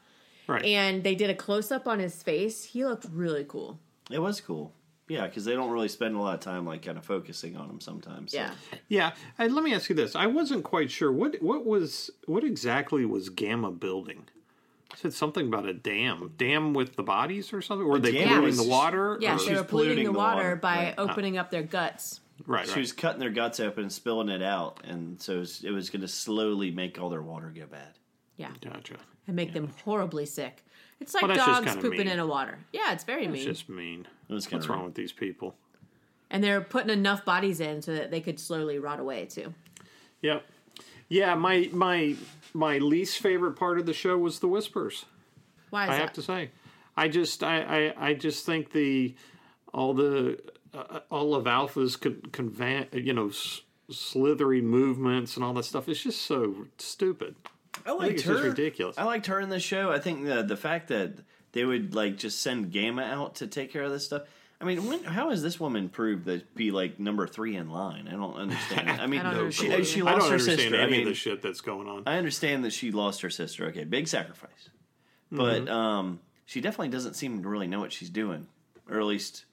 Speaker 4: Right.
Speaker 3: and they did a close up on his face. He looked really cool.
Speaker 5: It was cool. Yeah, because they don't really spend a lot of time like kind of focusing on him sometimes. so.
Speaker 3: Yeah.
Speaker 4: yeah. And let me ask you this: I wasn't quite sure what what was what exactly was Gamma building. It said something about a dam, dam with the bodies or something. Were they
Speaker 5: dam
Speaker 4: polluting
Speaker 5: was-
Speaker 4: the water?
Speaker 3: Yeah,
Speaker 4: or-
Speaker 3: they
Speaker 5: she's
Speaker 3: were polluting
Speaker 5: polluting
Speaker 3: the
Speaker 5: the
Speaker 3: water,
Speaker 5: water,
Speaker 3: by
Speaker 5: right.
Speaker 3: opening up their guts.
Speaker 4: right.
Speaker 5: She
Speaker 4: right.
Speaker 5: was cutting their guts open and spilling it out, and so it was, it was going to slowly make all their water go bad.
Speaker 3: Yeah.
Speaker 4: Gotcha.
Speaker 3: and make them horribly sick. It's like
Speaker 4: Well, that's just
Speaker 3: dogs
Speaker 4: kinda
Speaker 3: pooping
Speaker 4: mean.
Speaker 3: in a water. Yeah, it's very
Speaker 4: It's
Speaker 3: mean.
Speaker 4: just mean.
Speaker 5: was kinda
Speaker 4: What's wrong
Speaker 5: rude.
Speaker 4: with these people?
Speaker 3: And they're putting enough bodies in so that they could slowly rot away too.
Speaker 4: Yep. Yeah, my my my least favorite part of the show was the whispers.
Speaker 3: Why is
Speaker 4: I
Speaker 3: that?
Speaker 4: have to say, I just I I, I just think the all the uh, all of Alpha's con- convan- you know s- slithery movements and all that stuff. It's just so stupid. I
Speaker 5: I
Speaker 4: think
Speaker 5: liked
Speaker 4: it's just
Speaker 5: her.
Speaker 4: ridiculous.
Speaker 5: I liked her in the show. I think the the fact that they would like just send Gamma out to take care of this stuff. I mean, when, how is this woman proved to be like number three in line? I don't understand. I mean,
Speaker 3: I don't
Speaker 5: she,
Speaker 3: understand.
Speaker 5: she
Speaker 4: I
Speaker 5: lost
Speaker 4: don't
Speaker 5: her
Speaker 4: understand
Speaker 5: sister.
Speaker 4: any
Speaker 5: I mean,
Speaker 4: of the shit that's going on.
Speaker 5: I understand that she lost her sister. Okay, big sacrifice,
Speaker 4: Mm-hmm.
Speaker 5: but um, she definitely doesn't seem to really know what she's doing, or at least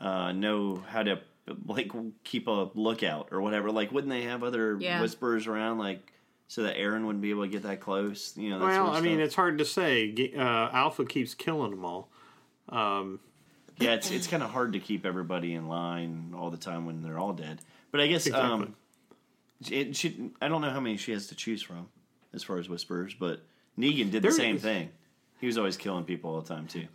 Speaker 5: uh, know how to like keep a lookout or whatever. Like, wouldn't they have other
Speaker 3: Yeah.
Speaker 5: whisperers around, like so that Aaron wouldn't be able to get that close? You know, that sort
Speaker 4: well,
Speaker 5: of
Speaker 4: I mean,
Speaker 5: stuff.
Speaker 4: it's hard to say. G- Uh, Alpha keeps killing them all. Um,
Speaker 5: yeah, it's it's kind of hard to keep everybody in line all the time when they're all dead. But I guess um, it, she, I don't know how many she has to choose from as far as whisperers, but Negan
Speaker 4: There
Speaker 5: did the same
Speaker 4: is-
Speaker 5: thing. He was always killing people all the time too.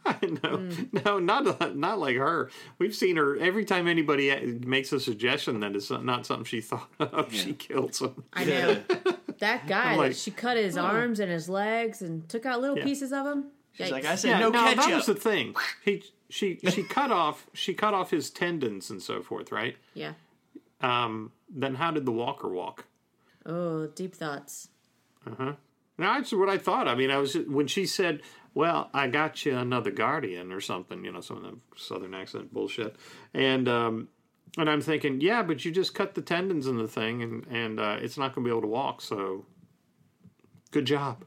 Speaker 4: no, no, not not like her. We've seen her every time anybody uh, makes a suggestion that it's not something she thought of. She kills them.
Speaker 3: I know that guy.
Speaker 4: like, "Oh."
Speaker 3: that she cut his arms and his legs and took out little
Speaker 4: Yeah.
Speaker 3: pieces of him.
Speaker 5: She's
Speaker 3: Yikes.
Speaker 5: like, I said
Speaker 4: Yeah,
Speaker 5: no,
Speaker 4: no,
Speaker 5: ketchup.
Speaker 4: that was the thing. He, she, she cut off, she cut off his tendons and so forth, right?
Speaker 3: yeah.
Speaker 4: Um, then how did the walker walk?
Speaker 3: Oh, deep thoughts.
Speaker 4: No, that's what I thought. I mean, I was when she said, "Well, I got you another guardian or something," you know, some of the southern accent bullshit, and um, and I'm thinking, yeah, but you just cut the tendons in the thing, and and uh, it's not going to be able to walk. So, good job.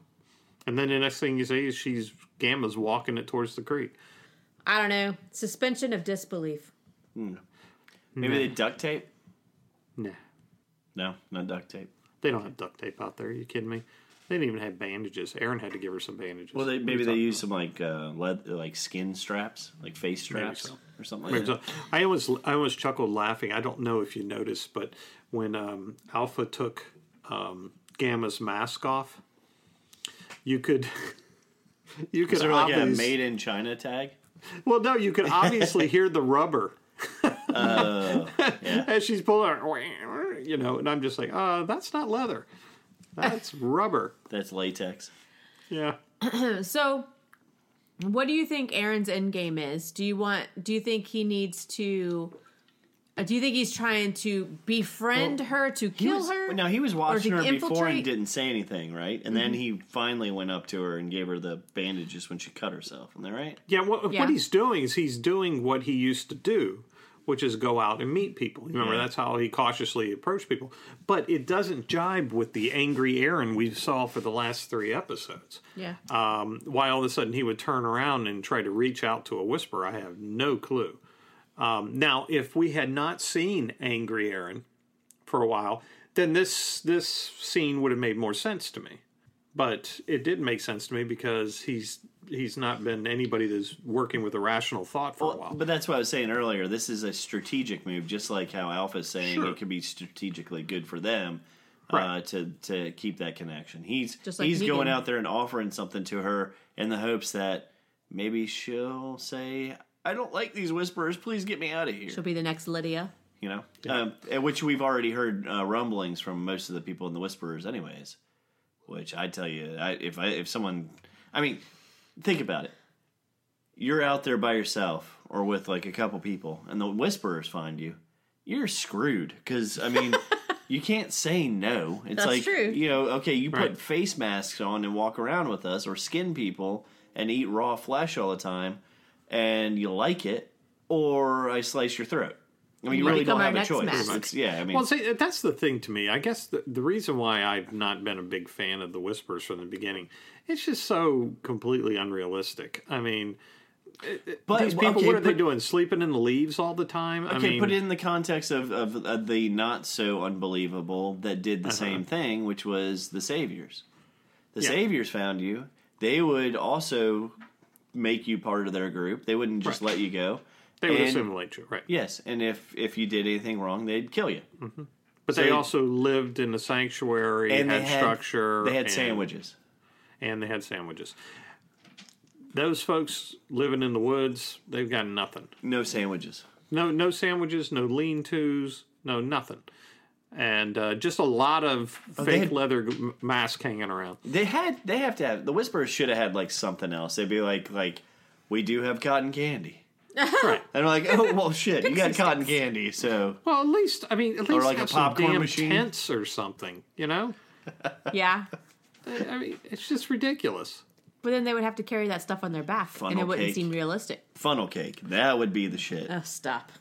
Speaker 4: And then the next thing you see is she's Gamma's walking it towards the creek.
Speaker 3: I don't know. Suspension of disbelief.
Speaker 5: Maybe they duct tape.
Speaker 4: Nah,
Speaker 5: No, not duct tape.
Speaker 4: they don't have duct tape out there. Are you kidding me? They didn't even have bandages. Aaron had to give her some bandages.
Speaker 5: Well, they,
Speaker 4: What are
Speaker 5: maybe
Speaker 4: you
Speaker 5: they
Speaker 4: talking
Speaker 5: use some like uh, lead, like skin straps, like face straps
Speaker 4: so.
Speaker 5: or something like
Speaker 4: Maybe
Speaker 5: that.
Speaker 4: so. I always I always chuckled laughing. I don't know if you noticed, but when um, Alpha took um, Gamma's mask off, you could you could
Speaker 5: Is there like a
Speaker 4: obvious-
Speaker 5: made in China tag?
Speaker 4: well no you could obviously hear the rubber
Speaker 5: Oh, yeah.
Speaker 4: as she's pulling her, you know, and I'm just like, uh, that's not leather, that's rubber.
Speaker 5: That's latex.
Speaker 4: Yeah,
Speaker 3: So, what do you think Aaron's end game is? Do you want? Do you think he needs to? uh, Do you think he's trying to befriend her to
Speaker 5: He
Speaker 3: kill
Speaker 5: was-
Speaker 3: her?
Speaker 5: No, he was watching
Speaker 3: to
Speaker 5: her before and
Speaker 3: infiltrate? Mm-hmm.
Speaker 5: didn't say anything, right? And then he finally went up to her and gave her the bandages when she cut herself. Am I right?
Speaker 4: yeah. What,
Speaker 3: Yeah.
Speaker 4: what he's doing is he's doing what he used to do. Which is go out and meet people. Remember,
Speaker 5: Yeah.
Speaker 4: that's how he cautiously approached people. But it doesn't jibe with the angry Aaron we saw for the last three episodes.
Speaker 3: yeah.
Speaker 4: um, why all of a sudden he would turn around and try to reach out to a whisper, I have no clue. Um, now, if we had not seen Angry Aaron for a while, then this this scene would have made more sense to me. But it didn't make sense to me because he's he's not been anybody that's working with a rational thought for a while.
Speaker 5: But that's what I was saying earlier. This is a strategic move, just like how Alpha's saying
Speaker 4: Sure.
Speaker 5: it could be strategically good for them uh,
Speaker 4: Right.
Speaker 5: to to keep that connection. He's
Speaker 3: Just like
Speaker 5: he's going
Speaker 3: Negan.
Speaker 5: out there and offering something to her in the hopes that maybe she'll say, "I don't like these whispers. Please get me out of here."
Speaker 3: She'll be the next Lydia.
Speaker 5: you know, um, at which we've already heard uh, rumblings from most of the people in the Whisperers, anyways. Which I tell you, I, if I if someone, I mean, think about it. You're out there by yourself or with like a couple people, and the Whisperers find you. You're screwed because I mean, you can't say no. It's
Speaker 3: That's
Speaker 5: like
Speaker 3: true.
Speaker 5: you know, okay, you
Speaker 4: Right.
Speaker 5: put face masks on and walk around with us, or skin people and eat raw flesh all the time, and you like it, or I slice your throat. I mean, you
Speaker 3: Might
Speaker 5: really
Speaker 3: become
Speaker 5: don't have
Speaker 3: our
Speaker 5: a
Speaker 3: next
Speaker 5: choice.
Speaker 3: mask.
Speaker 5: It's- yeah, I mean,
Speaker 4: Well, see, that's the thing to me. I guess the, the reason why I've not been a big fan of the Whispers from the beginning, it's just so completely unrealistic. I mean,
Speaker 5: but
Speaker 4: These people,
Speaker 5: okay,
Speaker 4: what are they
Speaker 5: put-
Speaker 4: doing? Sleeping in the leaves all the time? I
Speaker 5: Okay,
Speaker 4: mean,
Speaker 5: put it in the context of, of, of the not so unbelievable that did the same thing, which was the Saviors. The
Speaker 4: Uh-huh. Yeah.
Speaker 5: Saviors found you. They would also make you part of their group. They wouldn't just let you go.
Speaker 4: they would
Speaker 5: And-
Speaker 4: assimilate you, right?
Speaker 5: Yes, and if if you did anything wrong, they'd kill you.
Speaker 4: But they
Speaker 5: so-
Speaker 4: also lived in a sanctuary,
Speaker 5: And
Speaker 4: had,
Speaker 5: they had
Speaker 4: structure,
Speaker 5: They had
Speaker 4: and-
Speaker 5: sandwiches.
Speaker 4: and they had sandwiches. Those folks living in the woods, they've got nothing.
Speaker 5: No sandwiches.
Speaker 4: No, no sandwiches, no lean-tos, no nothing, and uh, just a lot of
Speaker 5: Oh, they
Speaker 4: fake
Speaker 5: had-
Speaker 4: leather g- mask hanging around.
Speaker 5: They had. They have to have. The Whisperers should have had like something else. They'd be like, like, we do have cotton candy. right. And I'm like, oh well, shit, you got cotton candy, so
Speaker 4: Well, at least I mean, at least
Speaker 5: like a
Speaker 4: have some
Speaker 5: popcorn
Speaker 4: damn
Speaker 5: machine.
Speaker 4: tents or something. You know,
Speaker 3: Yeah.
Speaker 4: I I mean, it's just ridiculous.
Speaker 3: But then they would have to carry that stuff on their back, and
Speaker 5: Funnel
Speaker 3: it wouldn't
Speaker 5: cake.
Speaker 3: seem realistic.
Speaker 5: funnel cake. That would be the shit.
Speaker 3: Oh, stop.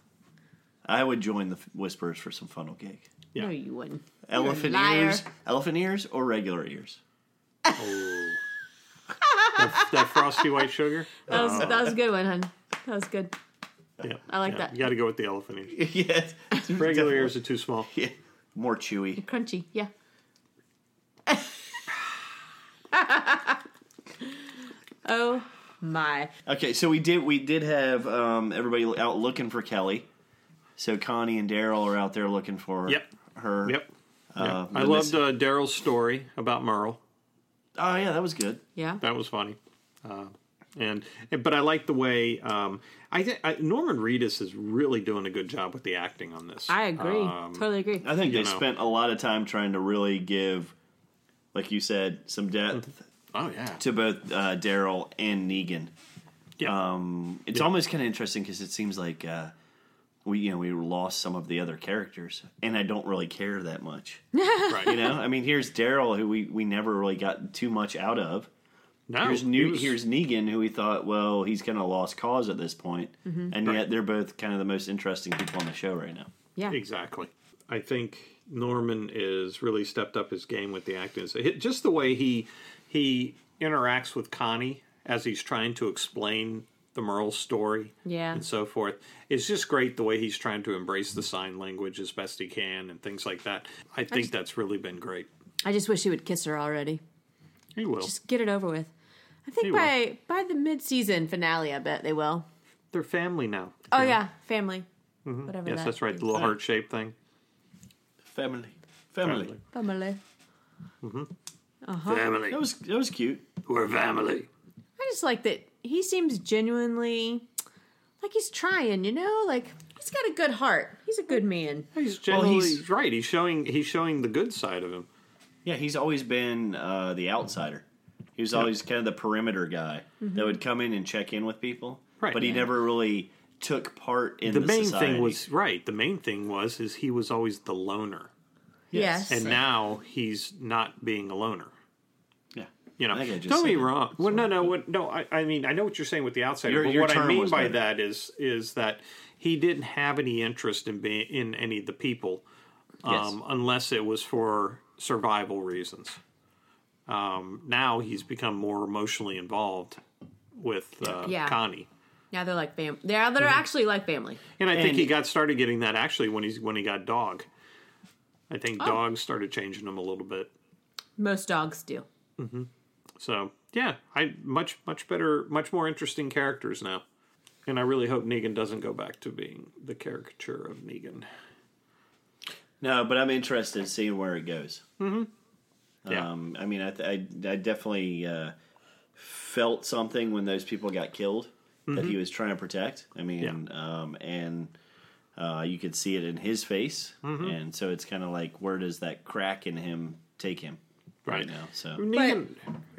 Speaker 5: I would join the whispers for some funnel cake.
Speaker 4: Yeah.
Speaker 3: No, you wouldn't.
Speaker 5: Elephant
Speaker 3: liar.
Speaker 5: ears, elephant ears, or regular ears.
Speaker 4: Oh. that, that frosty white sugar.
Speaker 3: That was, that was a good one, hon. That was good.
Speaker 4: Yeah,
Speaker 3: I like
Speaker 4: yeah.
Speaker 3: that.
Speaker 4: You got to go with the elephant ears.
Speaker 5: yes,
Speaker 4: Regular ears are too small.
Speaker 5: Yeah. more chewy.
Speaker 3: Crunchy, yeah. oh my.
Speaker 5: Okay, so we did we did have um, everybody out looking for Kelly. So Connie and Daryl are out there looking for
Speaker 4: Yep.
Speaker 5: her.
Speaker 4: Yep.
Speaker 5: Uh,
Speaker 4: I
Speaker 5: the
Speaker 4: loved
Speaker 5: miss-
Speaker 4: uh, Daryl's story about Merle.
Speaker 5: Oh yeah, that was good.
Speaker 3: Yeah.
Speaker 4: That was funny. Uh, and but I like the way um, I, thi- I Norman Reedus is really doing a good job with the acting on this.
Speaker 3: I agree.
Speaker 4: Um,
Speaker 3: totally agree.
Speaker 5: I think
Speaker 4: You
Speaker 5: they
Speaker 4: know.
Speaker 5: spent a lot of time trying to really give, like you said, some depth
Speaker 4: oh yeah.
Speaker 5: to both uh, Daryl and Negan.
Speaker 4: yeah.
Speaker 5: Um, it's almost kind of interesting because it seems like uh, we you know we lost some of the other characters, and I don't really care that much.
Speaker 4: right.
Speaker 5: You know, I mean, here's Daryl who we we never really got too much out of.
Speaker 4: no,
Speaker 5: Here's
Speaker 4: Oh, he
Speaker 5: new.
Speaker 4: was-
Speaker 5: Here's Negan, who we thought, well, he's kind of lost cause at this point,
Speaker 4: Mm-hmm.
Speaker 5: and yet they're both kind of the most interesting people on the show right now.
Speaker 3: Yeah.
Speaker 4: Exactly. I think Norman is really stepped up his game with the acting. So he- Just the way he he interacts with Connie as he's trying to explain the Merle story,
Speaker 3: Yeah.
Speaker 4: and so forth. It's just great the way he's trying to embrace the sign language as best he can and things like that. I think that's really been great.
Speaker 3: I just wish he would kiss her already.
Speaker 4: He will.
Speaker 3: Just get it over with. I think
Speaker 4: He will.
Speaker 3: by by the mid season finale, I bet they will.
Speaker 4: They're family now.
Speaker 3: Oh yeah, family. Whatever.
Speaker 4: Yes,
Speaker 3: that
Speaker 4: that's right.
Speaker 3: means.
Speaker 4: The little heart shaped thing.
Speaker 5: Family, family.
Speaker 4: Family.
Speaker 3: Family.
Speaker 4: Family.
Speaker 5: That was that was cute.
Speaker 4: We're family.
Speaker 3: I just like that he seems genuinely like he's trying. You know, like he's got a good heart. He's a good man.
Speaker 4: He's
Speaker 5: Well,
Speaker 4: generally
Speaker 5: he's-
Speaker 4: right. He's showing he's showing the good side of him.
Speaker 5: Yeah, he's always been uh,
Speaker 4: Mm-hmm.
Speaker 5: the outsider. He was always kind of the perimeter guy that would come in and check in with people,
Speaker 4: Right.
Speaker 5: but he
Speaker 4: Yeah.
Speaker 5: never really took part in
Speaker 4: the
Speaker 5: the,
Speaker 4: main
Speaker 5: society.
Speaker 4: thing was right the main thing was is he was always the loner
Speaker 3: Yes.
Speaker 4: and now he's not being a loner
Speaker 5: yeah.
Speaker 4: you know
Speaker 5: I think I just
Speaker 4: don't
Speaker 5: said
Speaker 4: be
Speaker 5: that.
Speaker 4: wrong well no no what, no I, I mean i know what you're saying with the outsider
Speaker 5: Your-
Speaker 4: but
Speaker 5: your
Speaker 4: what i
Speaker 5: term
Speaker 4: mean
Speaker 5: was
Speaker 4: by
Speaker 5: better.
Speaker 4: that is is that he didn't have any interest in being in any of the people um,
Speaker 5: Yes.
Speaker 4: unless it was for survival reasons um, now he's become more emotionally involved with uh,
Speaker 3: Yeah.
Speaker 4: connie
Speaker 3: now they're like fam. Now they're actually like family.
Speaker 4: And I think
Speaker 5: And-
Speaker 4: he got started getting that actually when he's when he got dog. I think dog started changing him a little bit.
Speaker 3: Most dogs do.
Speaker 4: So yeah, I much much better, much more interesting characters now. And I really hope Negan doesn't go back to being the caricature of Negan.
Speaker 5: No, but I'm interested in seeing where it goes. Mm-hmm.
Speaker 4: Yeah.
Speaker 5: Um, I mean, I, th- I, I definitely uh, felt something when those people got killed that
Speaker 4: Mm-hmm.
Speaker 5: he was trying to protect. I mean, um, and uh, you could see it in his face,
Speaker 4: Mm-hmm.
Speaker 5: and so it's kind of like, where does that crack in him take him right,
Speaker 4: Right.
Speaker 5: now? So
Speaker 4: Negan,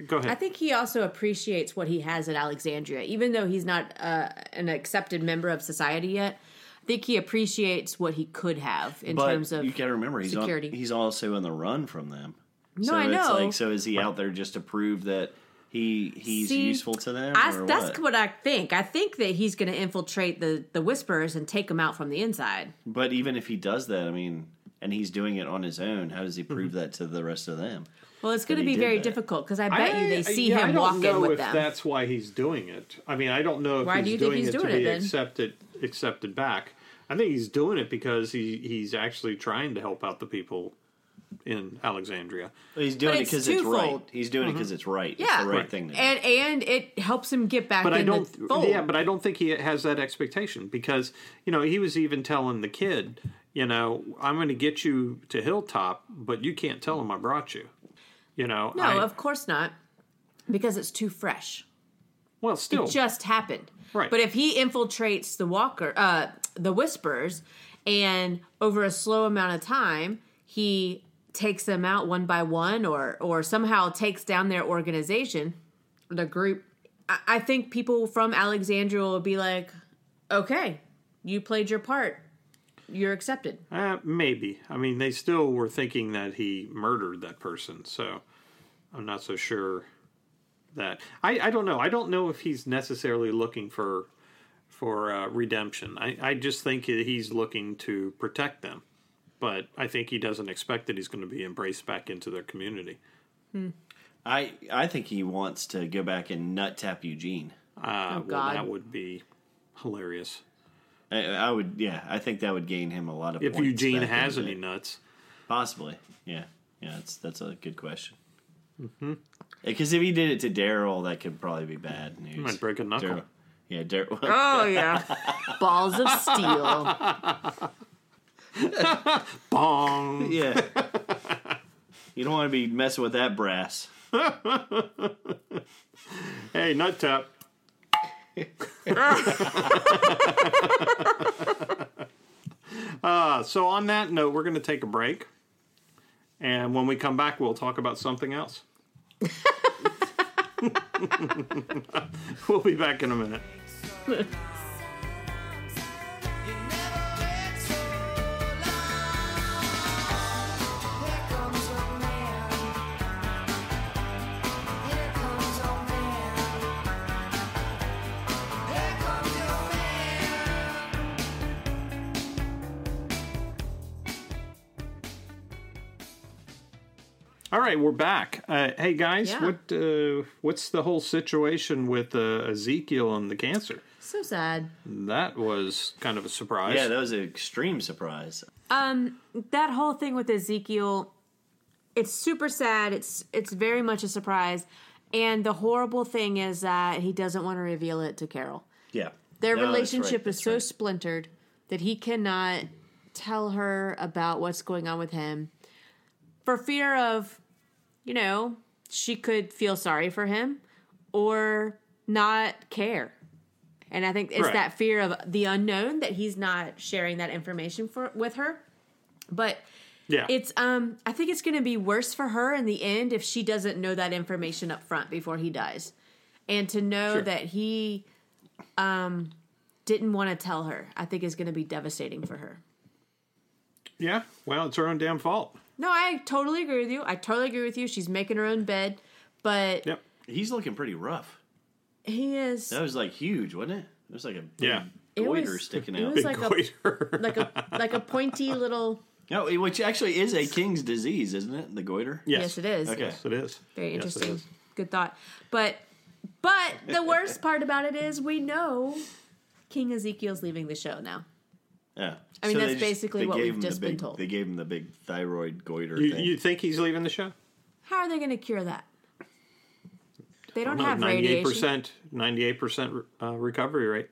Speaker 4: go ahead.
Speaker 3: I think he also appreciates what he has at Alexandria, even though he's not uh, an accepted member of society yet. I think he appreciates what he could have in
Speaker 5: but
Speaker 3: terms of
Speaker 5: you got to remember he's on-
Speaker 3: security.
Speaker 5: he's also on the run from them. so
Speaker 3: I
Speaker 5: it's
Speaker 3: know.
Speaker 5: Like, so is he out there just to prove that he he's
Speaker 3: See,
Speaker 5: useful to them?
Speaker 3: I,
Speaker 5: or
Speaker 3: that's
Speaker 5: what?
Speaker 3: what? I think. I think that he's going to infiltrate the the whisperers and take them out from the inside.
Speaker 5: But even if he does that, I mean, and he's doing it on his own, how does he prove
Speaker 3: Mm-hmm.
Speaker 5: that to the rest of them?
Speaker 3: Well, it's going
Speaker 5: But
Speaker 3: to
Speaker 5: he
Speaker 3: be
Speaker 5: did
Speaker 3: very
Speaker 5: that.
Speaker 3: difficult because I bet you they see
Speaker 4: yeah,
Speaker 3: him
Speaker 4: I don't know
Speaker 3: walking with
Speaker 4: if
Speaker 3: them.
Speaker 4: That's why he's doing it. I mean, I don't know if
Speaker 3: Why
Speaker 4: he's
Speaker 3: do you think
Speaker 4: doing
Speaker 3: he's
Speaker 4: it
Speaker 3: doing
Speaker 4: to
Speaker 3: it
Speaker 4: be
Speaker 3: then?
Speaker 4: accepted accepted back. I think he's doing it because he he's actually trying to help out the people in Alexandria.
Speaker 5: He's doing it
Speaker 3: it's
Speaker 5: because it's right.
Speaker 3: twofold. Mm-hmm.
Speaker 5: He's doing it 'cause it because it's right. It's
Speaker 3: Yeah.
Speaker 5: the right,
Speaker 4: Right.
Speaker 5: thing to do.
Speaker 3: and and it helps him get back
Speaker 4: but
Speaker 3: in
Speaker 4: I don't.
Speaker 3: the fold.
Speaker 4: Yeah, but I don't think he has that expectation because you know he was even telling the kid, you know, I'm going to get you to Hilltop, but you can't tell him I brought you. You know,
Speaker 3: no,
Speaker 4: I,
Speaker 3: of course not, because it's too fresh.
Speaker 4: well, still,
Speaker 3: just happened.
Speaker 4: Right.
Speaker 3: But if he infiltrates the walker, uh, the whispers, and over a slow amount of time, he takes them out one by one, or or somehow takes down their organization, the group. I, I think people from Alexandria will be like, Okay, you played your part. You're accepted.
Speaker 4: Uh, maybe. I mean, they still were thinking that he murdered that person, so I'm not so sure that. I, I don't know. I don't know if he's necessarily looking for for uh, redemption. I, I just think that he's looking to protect them, but I think he doesn't expect that he's going to be embraced back into their community.
Speaker 5: I I think he wants to go back and nut tap Eugene.
Speaker 3: Oh,
Speaker 4: Uh, Well,
Speaker 3: God.
Speaker 4: that would be hilarious.
Speaker 5: I, I would, yeah. I think that would gain him a lot of.
Speaker 4: If
Speaker 5: points
Speaker 4: Eugene
Speaker 5: back in
Speaker 4: has
Speaker 5: the
Speaker 4: any
Speaker 5: day.
Speaker 4: nuts.
Speaker 5: possibly, yeah, yeah. That's that's a good question.
Speaker 4: Mm-hmm.
Speaker 5: Because if he did it to Daryl, that could probably be bad news.
Speaker 4: might break a knuckle.
Speaker 5: Daryl- Yeah, Daryl.
Speaker 3: Oh yeah, balls of steel.
Speaker 4: Bong!
Speaker 5: yeah. you don't want to be messing with that brass.
Speaker 4: Hey, nut tap. uh, so, on that note, we're going to take a break. And when we come back, we'll talk about something else. we'll be back in a minute.
Speaker 6: You never wait so long. Here comes old man. Here comes old man. Here comes your man.
Speaker 4: All right, we're back. Uh, hey, guys,
Speaker 3: Yeah.
Speaker 4: what uh, what's the whole situation with uh, Ezekiel and the cancer?
Speaker 3: So sad.
Speaker 4: That was kind of a surprise.
Speaker 5: Yeah, that was an extreme surprise.
Speaker 3: Um, that whole thing with Ezekiel, it's super sad. It's it's very much a surprise, and the horrible thing is that he doesn't want to reveal it to Carol.
Speaker 5: Yeah,
Speaker 3: Their
Speaker 5: No, that's right,
Speaker 3: relationship
Speaker 5: that's
Speaker 3: is so
Speaker 5: right.
Speaker 3: splintered that he cannot tell her about what's going on with him for fear of, you know, she could feel sorry for him or not care. And I think it's
Speaker 4: Right.
Speaker 3: that fear of the unknown that he's not sharing that information for with her. But
Speaker 4: yeah.
Speaker 3: it's um I think it's going to be worse for her in the end if she doesn't know that information up front before he dies. And to know
Speaker 4: Sure.
Speaker 3: that he um didn't want to tell her, I think is going to be devastating for her.
Speaker 4: yeah. Well, it's her own damn fault.
Speaker 3: No, I totally agree with you. I totally agree with you. She's making her own bed, but
Speaker 4: Yep.
Speaker 5: He's looking pretty rough.
Speaker 3: he is
Speaker 5: That was like huge, wasn't it? It was like a big
Speaker 4: Yeah.
Speaker 3: It
Speaker 5: goiter
Speaker 3: was-
Speaker 5: sticking
Speaker 3: it
Speaker 5: out.
Speaker 3: was like a-
Speaker 4: Goiter.
Speaker 3: like a like a pointy little
Speaker 5: no, which actually is a king's disease, isn't it? The goiter.
Speaker 4: Yes.
Speaker 3: Yes, it is.
Speaker 5: Okay.
Speaker 4: Yes, it is.
Speaker 3: Very
Speaker 4: Yes, it
Speaker 3: interesting.
Speaker 4: is.
Speaker 3: Good thought. But but the worst part about it is we know King Ezekiel's leaving the show now.
Speaker 5: Yeah.
Speaker 3: I mean,
Speaker 5: they
Speaker 3: that's basically
Speaker 5: they
Speaker 3: what
Speaker 5: gave
Speaker 3: we've
Speaker 5: him the
Speaker 3: just been
Speaker 5: big-
Speaker 3: told.
Speaker 5: They gave him the big thyroid goiter
Speaker 4: You,
Speaker 5: thing.
Speaker 4: you think he's leaving the show?
Speaker 3: How are they going to cure that? They don't have
Speaker 4: Ninety-eight
Speaker 3: radiation
Speaker 4: percent, ninety-eight percent uh, recovery rate.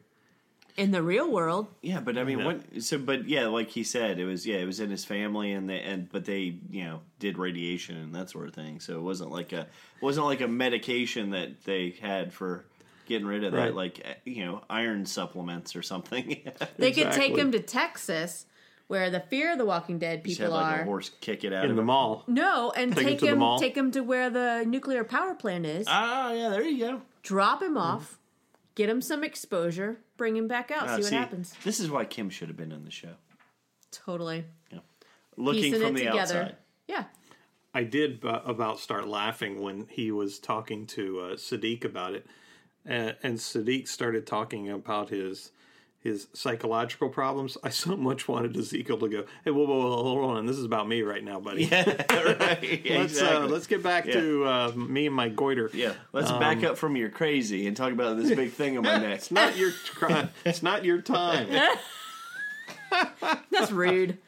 Speaker 3: in the real world.
Speaker 5: yeah, but I mean,
Speaker 4: Yeah.
Speaker 5: what? So, but yeah, like he said, it was yeah, it was in his family, and they and but they you know did radiation and that sort of thing. So it wasn't like a it wasn't like a medication that they had for getting rid of
Speaker 4: Right.
Speaker 5: that, like eh, you know, iron supplements or something.
Speaker 3: They could take
Speaker 4: Exactly.
Speaker 3: him to Texas, where the fear of the Walking Dead
Speaker 5: Just
Speaker 3: people
Speaker 5: had like a
Speaker 3: are.
Speaker 5: horse kick it out
Speaker 4: In
Speaker 5: of
Speaker 4: the
Speaker 5: him.
Speaker 4: mall.
Speaker 3: No, and
Speaker 4: Take him
Speaker 3: take
Speaker 4: to the
Speaker 3: him,
Speaker 4: mall.
Speaker 3: take him to where the nuclear power plant is.
Speaker 5: Ah, yeah, there you go.
Speaker 3: drop him off, get him some exposure, bring him back out,
Speaker 5: Ah,
Speaker 3: see what happens.
Speaker 5: This is why Kim should have been on the show.
Speaker 3: Totally
Speaker 5: Looking
Speaker 3: piecing
Speaker 5: from
Speaker 3: it
Speaker 5: the
Speaker 3: together.
Speaker 5: outside.
Speaker 3: Yeah,
Speaker 4: I did bu- about start laughing when he was talking to uh, Sadiq about it, uh, and Sadiq started talking about his his psychological problems. I so much wanted Ezekiel to go, "Hey, whoa, whoa, whoa hold on, this is about me right now, buddy.
Speaker 5: right. Yeah,
Speaker 4: let's uh,
Speaker 5: exactly.
Speaker 4: let's get back to uh, me and my goiter.
Speaker 5: yeah, let's back up from your crazy and talk about this big thing on my neck.
Speaker 4: Um, it's not your crime. it's not your time."
Speaker 3: that's rude.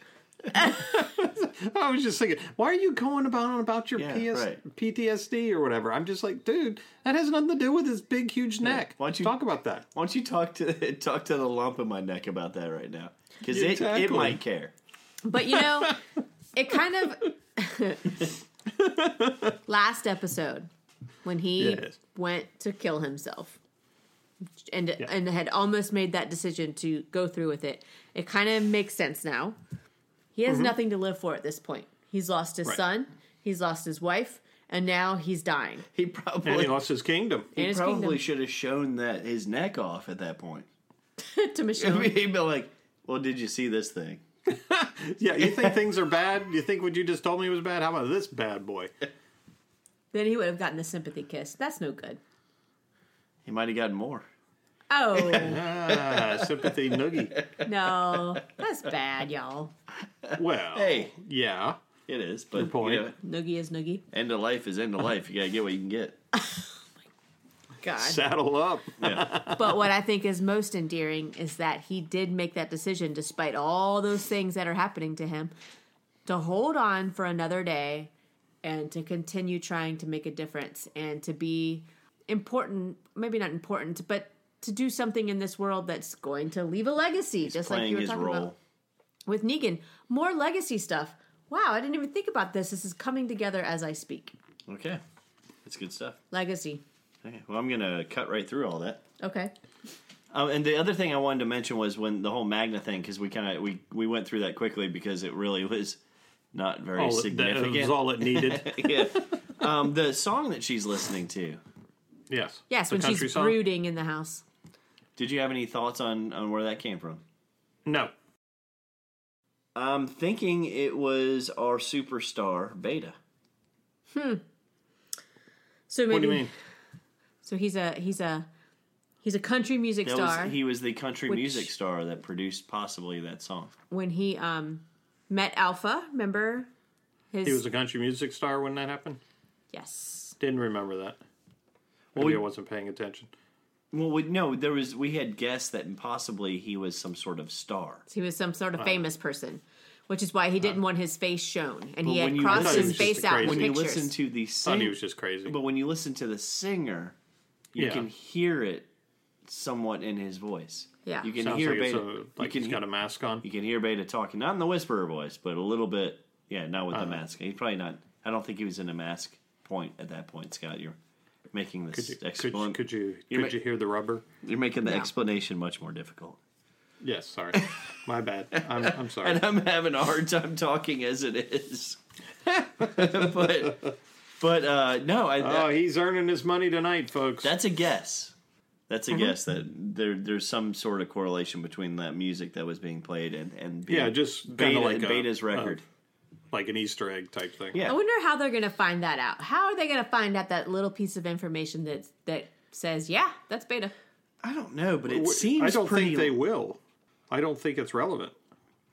Speaker 4: I was just thinking, why are you going about on about your
Speaker 5: Yeah,
Speaker 4: PS,
Speaker 5: right.
Speaker 4: PTSD or whatever? I'm just like, dude, that has nothing to do with his big, huge neck.
Speaker 5: Why don't you-
Speaker 4: talk about that?
Speaker 5: Why don't you talk to talk to the lump in my neck about that right now? Because it, it
Speaker 4: Exactly.
Speaker 5: might care.
Speaker 3: But you know, it kind of last episode when he
Speaker 4: Yes.
Speaker 3: went to kill himself and
Speaker 4: Yeah.
Speaker 3: and had almost made that decision to go through with it. It kind of makes sense now. He has nothing to live for at this point. He's lost his
Speaker 4: Mm-hmm. Right.
Speaker 3: son, he's lost his wife, and now he's dying.
Speaker 5: He probably
Speaker 4: And he lost his kingdom.
Speaker 3: And
Speaker 5: he
Speaker 3: his
Speaker 5: probably
Speaker 3: kingdom.
Speaker 5: should have shown that his neck off at that point.
Speaker 3: to Michelle.
Speaker 5: He'd be like, "Well, did you see this thing?"
Speaker 4: Yeah, you think things are bad? You think what you just told me was bad? How about this bad boy?
Speaker 3: then he would have gotten the sympathy kiss. That's no good.
Speaker 5: He might have gotten more.
Speaker 3: Oh
Speaker 4: Ah, sympathy noogie.
Speaker 3: no, that's bad, y'all.
Speaker 4: Well,
Speaker 5: Hey,
Speaker 4: yeah.
Speaker 5: it is, but you
Speaker 4: point.
Speaker 5: know,
Speaker 3: Noogie is noogie.
Speaker 5: end of life is end of life. You gotta get what you can get.
Speaker 3: God.
Speaker 4: Saddle up.
Speaker 3: But what I think is most endearing is that he did make that decision despite all those things that are happening to him to hold on for another day and to continue trying to make a difference and to be important, maybe not important, but to do something in this world that's going to leave a legacy, just like
Speaker 5: Playing
Speaker 3: you were
Speaker 5: his
Speaker 3: talking
Speaker 5: role.
Speaker 3: about with Negan. More legacy stuff. Wow, I didn't even think about this. This is coming together as I speak.
Speaker 5: Okay, that's good stuff.
Speaker 3: Legacy.
Speaker 5: Okay, well, I'm gonna cut right through all that.
Speaker 3: Okay.
Speaker 5: Um, and the other thing I wanted to mention was when the whole Magna thing, because we kind of we we went through that quickly because it really was not very
Speaker 4: All it, Oh, that
Speaker 5: significant.
Speaker 4: was all it needed.
Speaker 5: yeah. Um, the song that she's listening to.
Speaker 4: Yes.
Speaker 3: Yes,
Speaker 4: The
Speaker 3: when
Speaker 4: country
Speaker 3: she's
Speaker 4: song?
Speaker 3: brooding in the house.
Speaker 5: Did you have any thoughts on on where that came from?
Speaker 4: No.
Speaker 5: I'm thinking it was our superstar Beta.
Speaker 3: So maybe
Speaker 4: What do you mean?
Speaker 3: So he's a he's a he's a country music
Speaker 5: That
Speaker 3: star.
Speaker 5: was he was the country
Speaker 3: Which-
Speaker 5: music star that produced possibly that song.
Speaker 3: when he um met Alpha, remember his
Speaker 4: He was a country music star when that happened?
Speaker 3: yes.
Speaker 4: Didn't remember that. Maybe
Speaker 5: we-
Speaker 4: I wasn't paying attention.
Speaker 5: Well, we, no, there was we had guessed that possibly he was some sort of star.
Speaker 3: He was some sort of famous person, which is why he didn't want his face shown, and he
Speaker 5: But when
Speaker 3: had
Speaker 5: you
Speaker 3: crossed
Speaker 5: listen-
Speaker 3: his
Speaker 4: I thought he was
Speaker 3: face
Speaker 4: just
Speaker 3: out
Speaker 4: crazy.
Speaker 3: in
Speaker 5: When you
Speaker 3: pictures.
Speaker 5: listen to the
Speaker 4: Thought
Speaker 5: sing-
Speaker 4: he was just crazy.
Speaker 5: but when you listen to the singer, you
Speaker 4: Yeah.
Speaker 5: can hear it somewhat in his voice.
Speaker 3: Yeah.
Speaker 5: you can
Speaker 4: Sounds
Speaker 5: hear
Speaker 4: like, it's
Speaker 5: Beta.
Speaker 4: a, like
Speaker 5: you
Speaker 4: he's
Speaker 5: can
Speaker 4: got a mask on.
Speaker 5: You can hear Beta talking, not in the whisperer voice, but a little bit. Yeah, not with the
Speaker 4: Uh-huh.
Speaker 5: mask. He's probably not. I don't think he was in a mask point at that point, Scott. You're making this
Speaker 4: Could you, could, you-
Speaker 5: explan-
Speaker 4: could you
Speaker 5: You're
Speaker 4: could
Speaker 5: ma-
Speaker 4: you hear the rubber?
Speaker 5: You're making the explanation much more difficult.
Speaker 4: Yes, sorry. My bad. I'm, I'm sorry.
Speaker 5: And I'm having a hard time talking as it is. but but uh, no, I,
Speaker 4: Oh, he's earning his money tonight, folks.
Speaker 5: that's a guess. That's
Speaker 4: Mm-hmm.
Speaker 5: a guess that there there's some sort of correlation between that music that was being played and and being
Speaker 4: Yeah, just kinda
Speaker 5: Beta,
Speaker 4: like a- uh,
Speaker 5: Beta's
Speaker 4: a-
Speaker 5: record.
Speaker 4: like an Easter egg type thing.
Speaker 5: Yeah.
Speaker 3: I wonder how they're gonna find that out. How are they gonna find out that little piece of information that that says, yeah, that's beta.
Speaker 5: I don't know, but it
Speaker 4: Wh-
Speaker 5: seems
Speaker 4: I don't
Speaker 5: pretty
Speaker 4: think they will. I don't think it's relevant.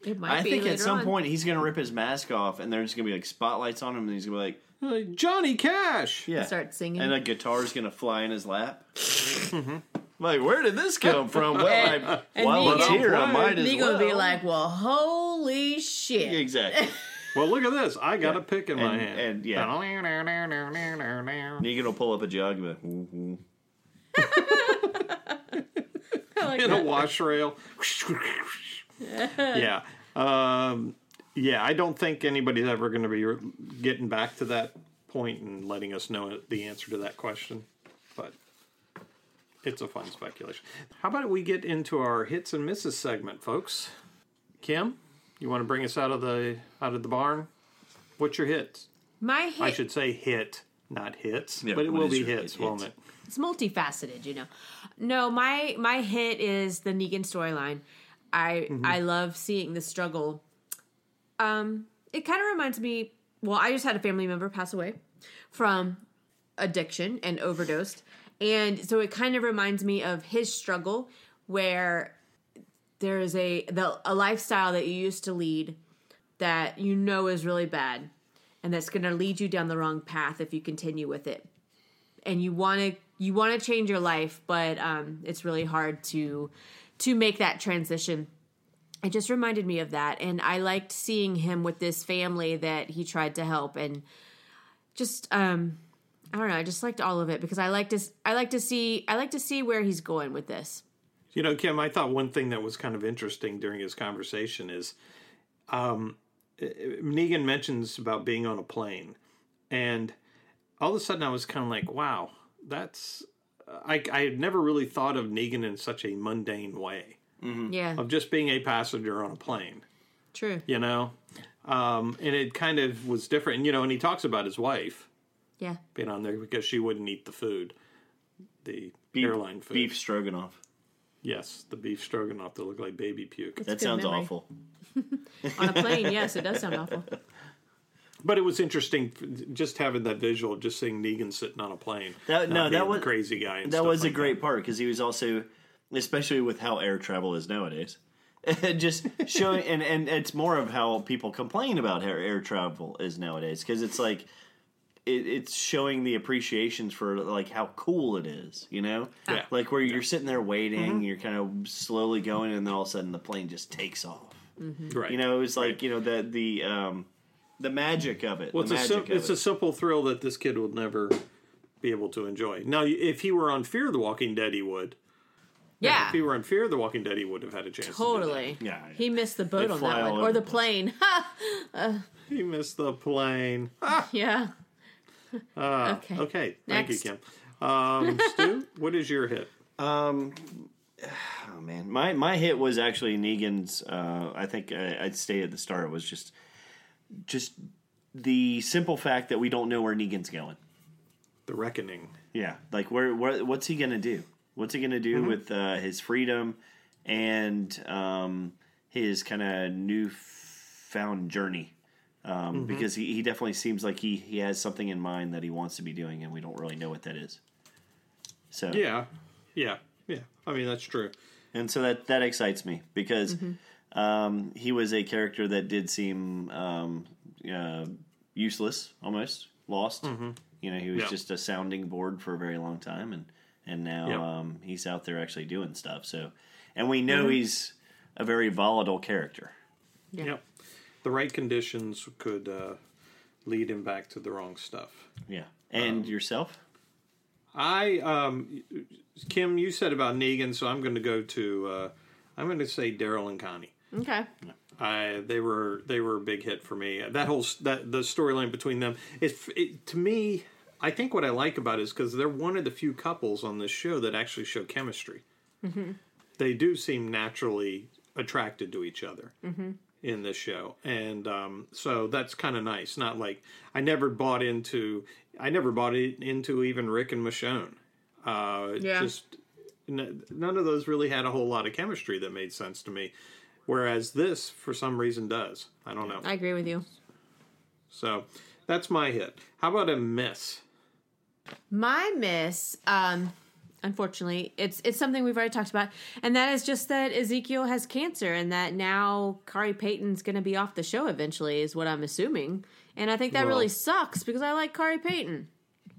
Speaker 3: It might
Speaker 5: I
Speaker 3: be
Speaker 5: think at
Speaker 3: later
Speaker 5: some
Speaker 3: on.
Speaker 5: point he's gonna rip his mask off, and there's gonna be like spotlights on him, and he's gonna be like,
Speaker 4: Uh, Johnny Cash.
Speaker 5: "Yeah."
Speaker 3: Start singing.
Speaker 5: and a guitar's gonna fly in his lap.
Speaker 4: Mm-hmm.
Speaker 5: like, where did this come from? Well, I,
Speaker 3: and
Speaker 5: while it's
Speaker 3: Negan-
Speaker 5: here, I might as
Speaker 3: Negan
Speaker 5: well.
Speaker 3: would be like, well, holy shit.
Speaker 5: exactly.
Speaker 4: Well, look at this. I got a pick in my
Speaker 5: And-
Speaker 4: hand.
Speaker 5: and, yeah. Negan will pull up a jug. And be like, "Mhm."
Speaker 4: in a wash rail. yeah. Um, yeah, I don't think anybody's ever going to be re- getting back to that point and letting us know it- the answer to that question. But it's a fun speculation. How about we get into our hits and misses segment, folks? Kim, you want to bring us out of the out of the barn? What's your hits?
Speaker 3: My hit
Speaker 4: I should say hit, not hits,
Speaker 5: Yeah,
Speaker 4: but it
Speaker 5: what
Speaker 4: will
Speaker 5: is
Speaker 4: be
Speaker 5: your
Speaker 4: hits,
Speaker 5: hit,
Speaker 4: won't
Speaker 5: hits?
Speaker 4: it?
Speaker 3: it's multifaceted, you know. No, my my hit is the Negan storyline. I I love seeing the struggle. Um, it kind of reminds me. Well, I just had a family member pass away from addiction and overdosed, and so it kind of reminds me of his struggle, where there is a the a lifestyle that you used to lead that you know is really bad, and that's going to lead you down the wrong path if you continue with it and you want to you want to change your life but um, it's really hard to to make that transition it just reminded me of that and i liked seeing him with this family that he tried to help and just um i don't know i just liked all of it because i like to s- i like to see i like to see where he's going with this
Speaker 4: You know, Kim, I thought one thing that was kind of interesting during his conversation is um, Negan mentions about being on a plane. And all of a sudden I was kind of like, wow, that's. uh, I, I had never really thought of Negan in such a mundane way
Speaker 3: yeah
Speaker 5: Um,
Speaker 4: of just being a passenger on a plane,
Speaker 3: true
Speaker 4: you know? Um, and it kind of was different. And, you know, and he talks about his wife
Speaker 3: yeah
Speaker 4: being on there because she wouldn't eat the food, the
Speaker 5: Beef-
Speaker 4: airline food.
Speaker 5: beef stroganoff.
Speaker 4: Yes, the beef stroganoff that looked like baby puke.
Speaker 5: that
Speaker 3: good
Speaker 5: sounds
Speaker 3: memory.
Speaker 5: awful.
Speaker 3: on a plane. Yes, it does sound awful.
Speaker 4: But it was interesting f- just having that visual, just seeing Negan sitting on a plane.
Speaker 5: That-
Speaker 4: not
Speaker 5: no, that
Speaker 4: being the
Speaker 5: was-
Speaker 4: crazy guy. And
Speaker 5: That
Speaker 4: stuff
Speaker 5: was a
Speaker 4: like
Speaker 5: great part because he was also, especially with how air travel is nowadays, just showing, and, and it's more of how people complain about how air travel is nowadays because it's like, it, it's showing the appreciations for like how cool it is, you know,
Speaker 4: Yeah. Mm-hmm.
Speaker 5: like where you're sitting there waiting, you're kind of slowly going, and then all of a sudden the plane just takes off.
Speaker 4: that. Right.
Speaker 5: You know, it was like you know the the um, the magic of it.
Speaker 4: Well,
Speaker 5: the
Speaker 4: it's, a,
Speaker 5: magic
Speaker 4: sim-
Speaker 5: of
Speaker 4: it's
Speaker 5: it.
Speaker 4: a simple thrill that this kid would never be able to enjoy. Now, y- if he were on Fear the Walking Dead, he would.
Speaker 3: Yeah,
Speaker 4: If he were on Fear the Walking Dead, he would have had a chance. to do
Speaker 3: totally.
Speaker 5: Yeah, yeah.
Speaker 3: he missed the boat
Speaker 5: They
Speaker 3: on
Speaker 5: fly
Speaker 3: that
Speaker 5: all
Speaker 3: one,
Speaker 5: over
Speaker 3: or the
Speaker 5: the
Speaker 3: plane.
Speaker 4: that. He missed the plane.
Speaker 3: yeah.
Speaker 5: Uh,
Speaker 3: okay.
Speaker 4: Okay. Thank
Speaker 3: Next.
Speaker 4: you, Kim. Um, Stu, what is your hit?
Speaker 5: Oh man, my my hit was actually Negan's. Uh, I think I, I'd stay at the start was just just the simple fact that we don't know where Negan's going.
Speaker 4: The Reckoning.
Speaker 5: Yeah, like where, where what's he gonna do? What's he gonna do with uh, his freedom and um, his kind of newfound journey? Um, Because he, he definitely seems like he he has something in mind that he wants to be doing, and we don't really know what that is. So
Speaker 4: Yeah. Yeah. Yeah. I mean, that's true.
Speaker 5: and so that that excites me because um, he was a character that did seem um, uh, useless, almost lost. You know, he was
Speaker 4: Yeah.
Speaker 5: just a sounding board for a very long time, and and now
Speaker 4: Yeah.
Speaker 5: um, he's out there actually doing stuff. So, and we know he's a very volatile character.
Speaker 4: Yep. The right conditions could uh, lead him back to the wrong stuff.
Speaker 5: Yeah, and yourself.
Speaker 4: I, um, Kim, you said about Negan, so I'm going to go to, uh, I'm going to say Daryl and Connie.
Speaker 3: Okay.
Speaker 4: I, they were they were a big hit for me. That whole s- that the storyline between them, it, it to me, I think what I like about it is because they're one of the few couples on this show that actually show chemistry. They do seem naturally attracted to each other in this show, and um, so that's kind of nice. Not like I never bought into I never bought it into even Rick and Michonne. Uh,
Speaker 3: Yeah.
Speaker 4: Just n- none of those really had a whole lot of chemistry that made sense to me. Whereas this, for some reason, does. I don't know.
Speaker 3: I agree with you.
Speaker 4: So that's my hit. How about a miss?
Speaker 3: My miss, um, unfortunately, it's it's something we've already talked about, and that is just that Ezekiel has cancer, and that now Kari Payton's going to be off the show eventually, is what I'm assuming, and I think that
Speaker 4: Well-
Speaker 3: really sucks because I like Kari Payton.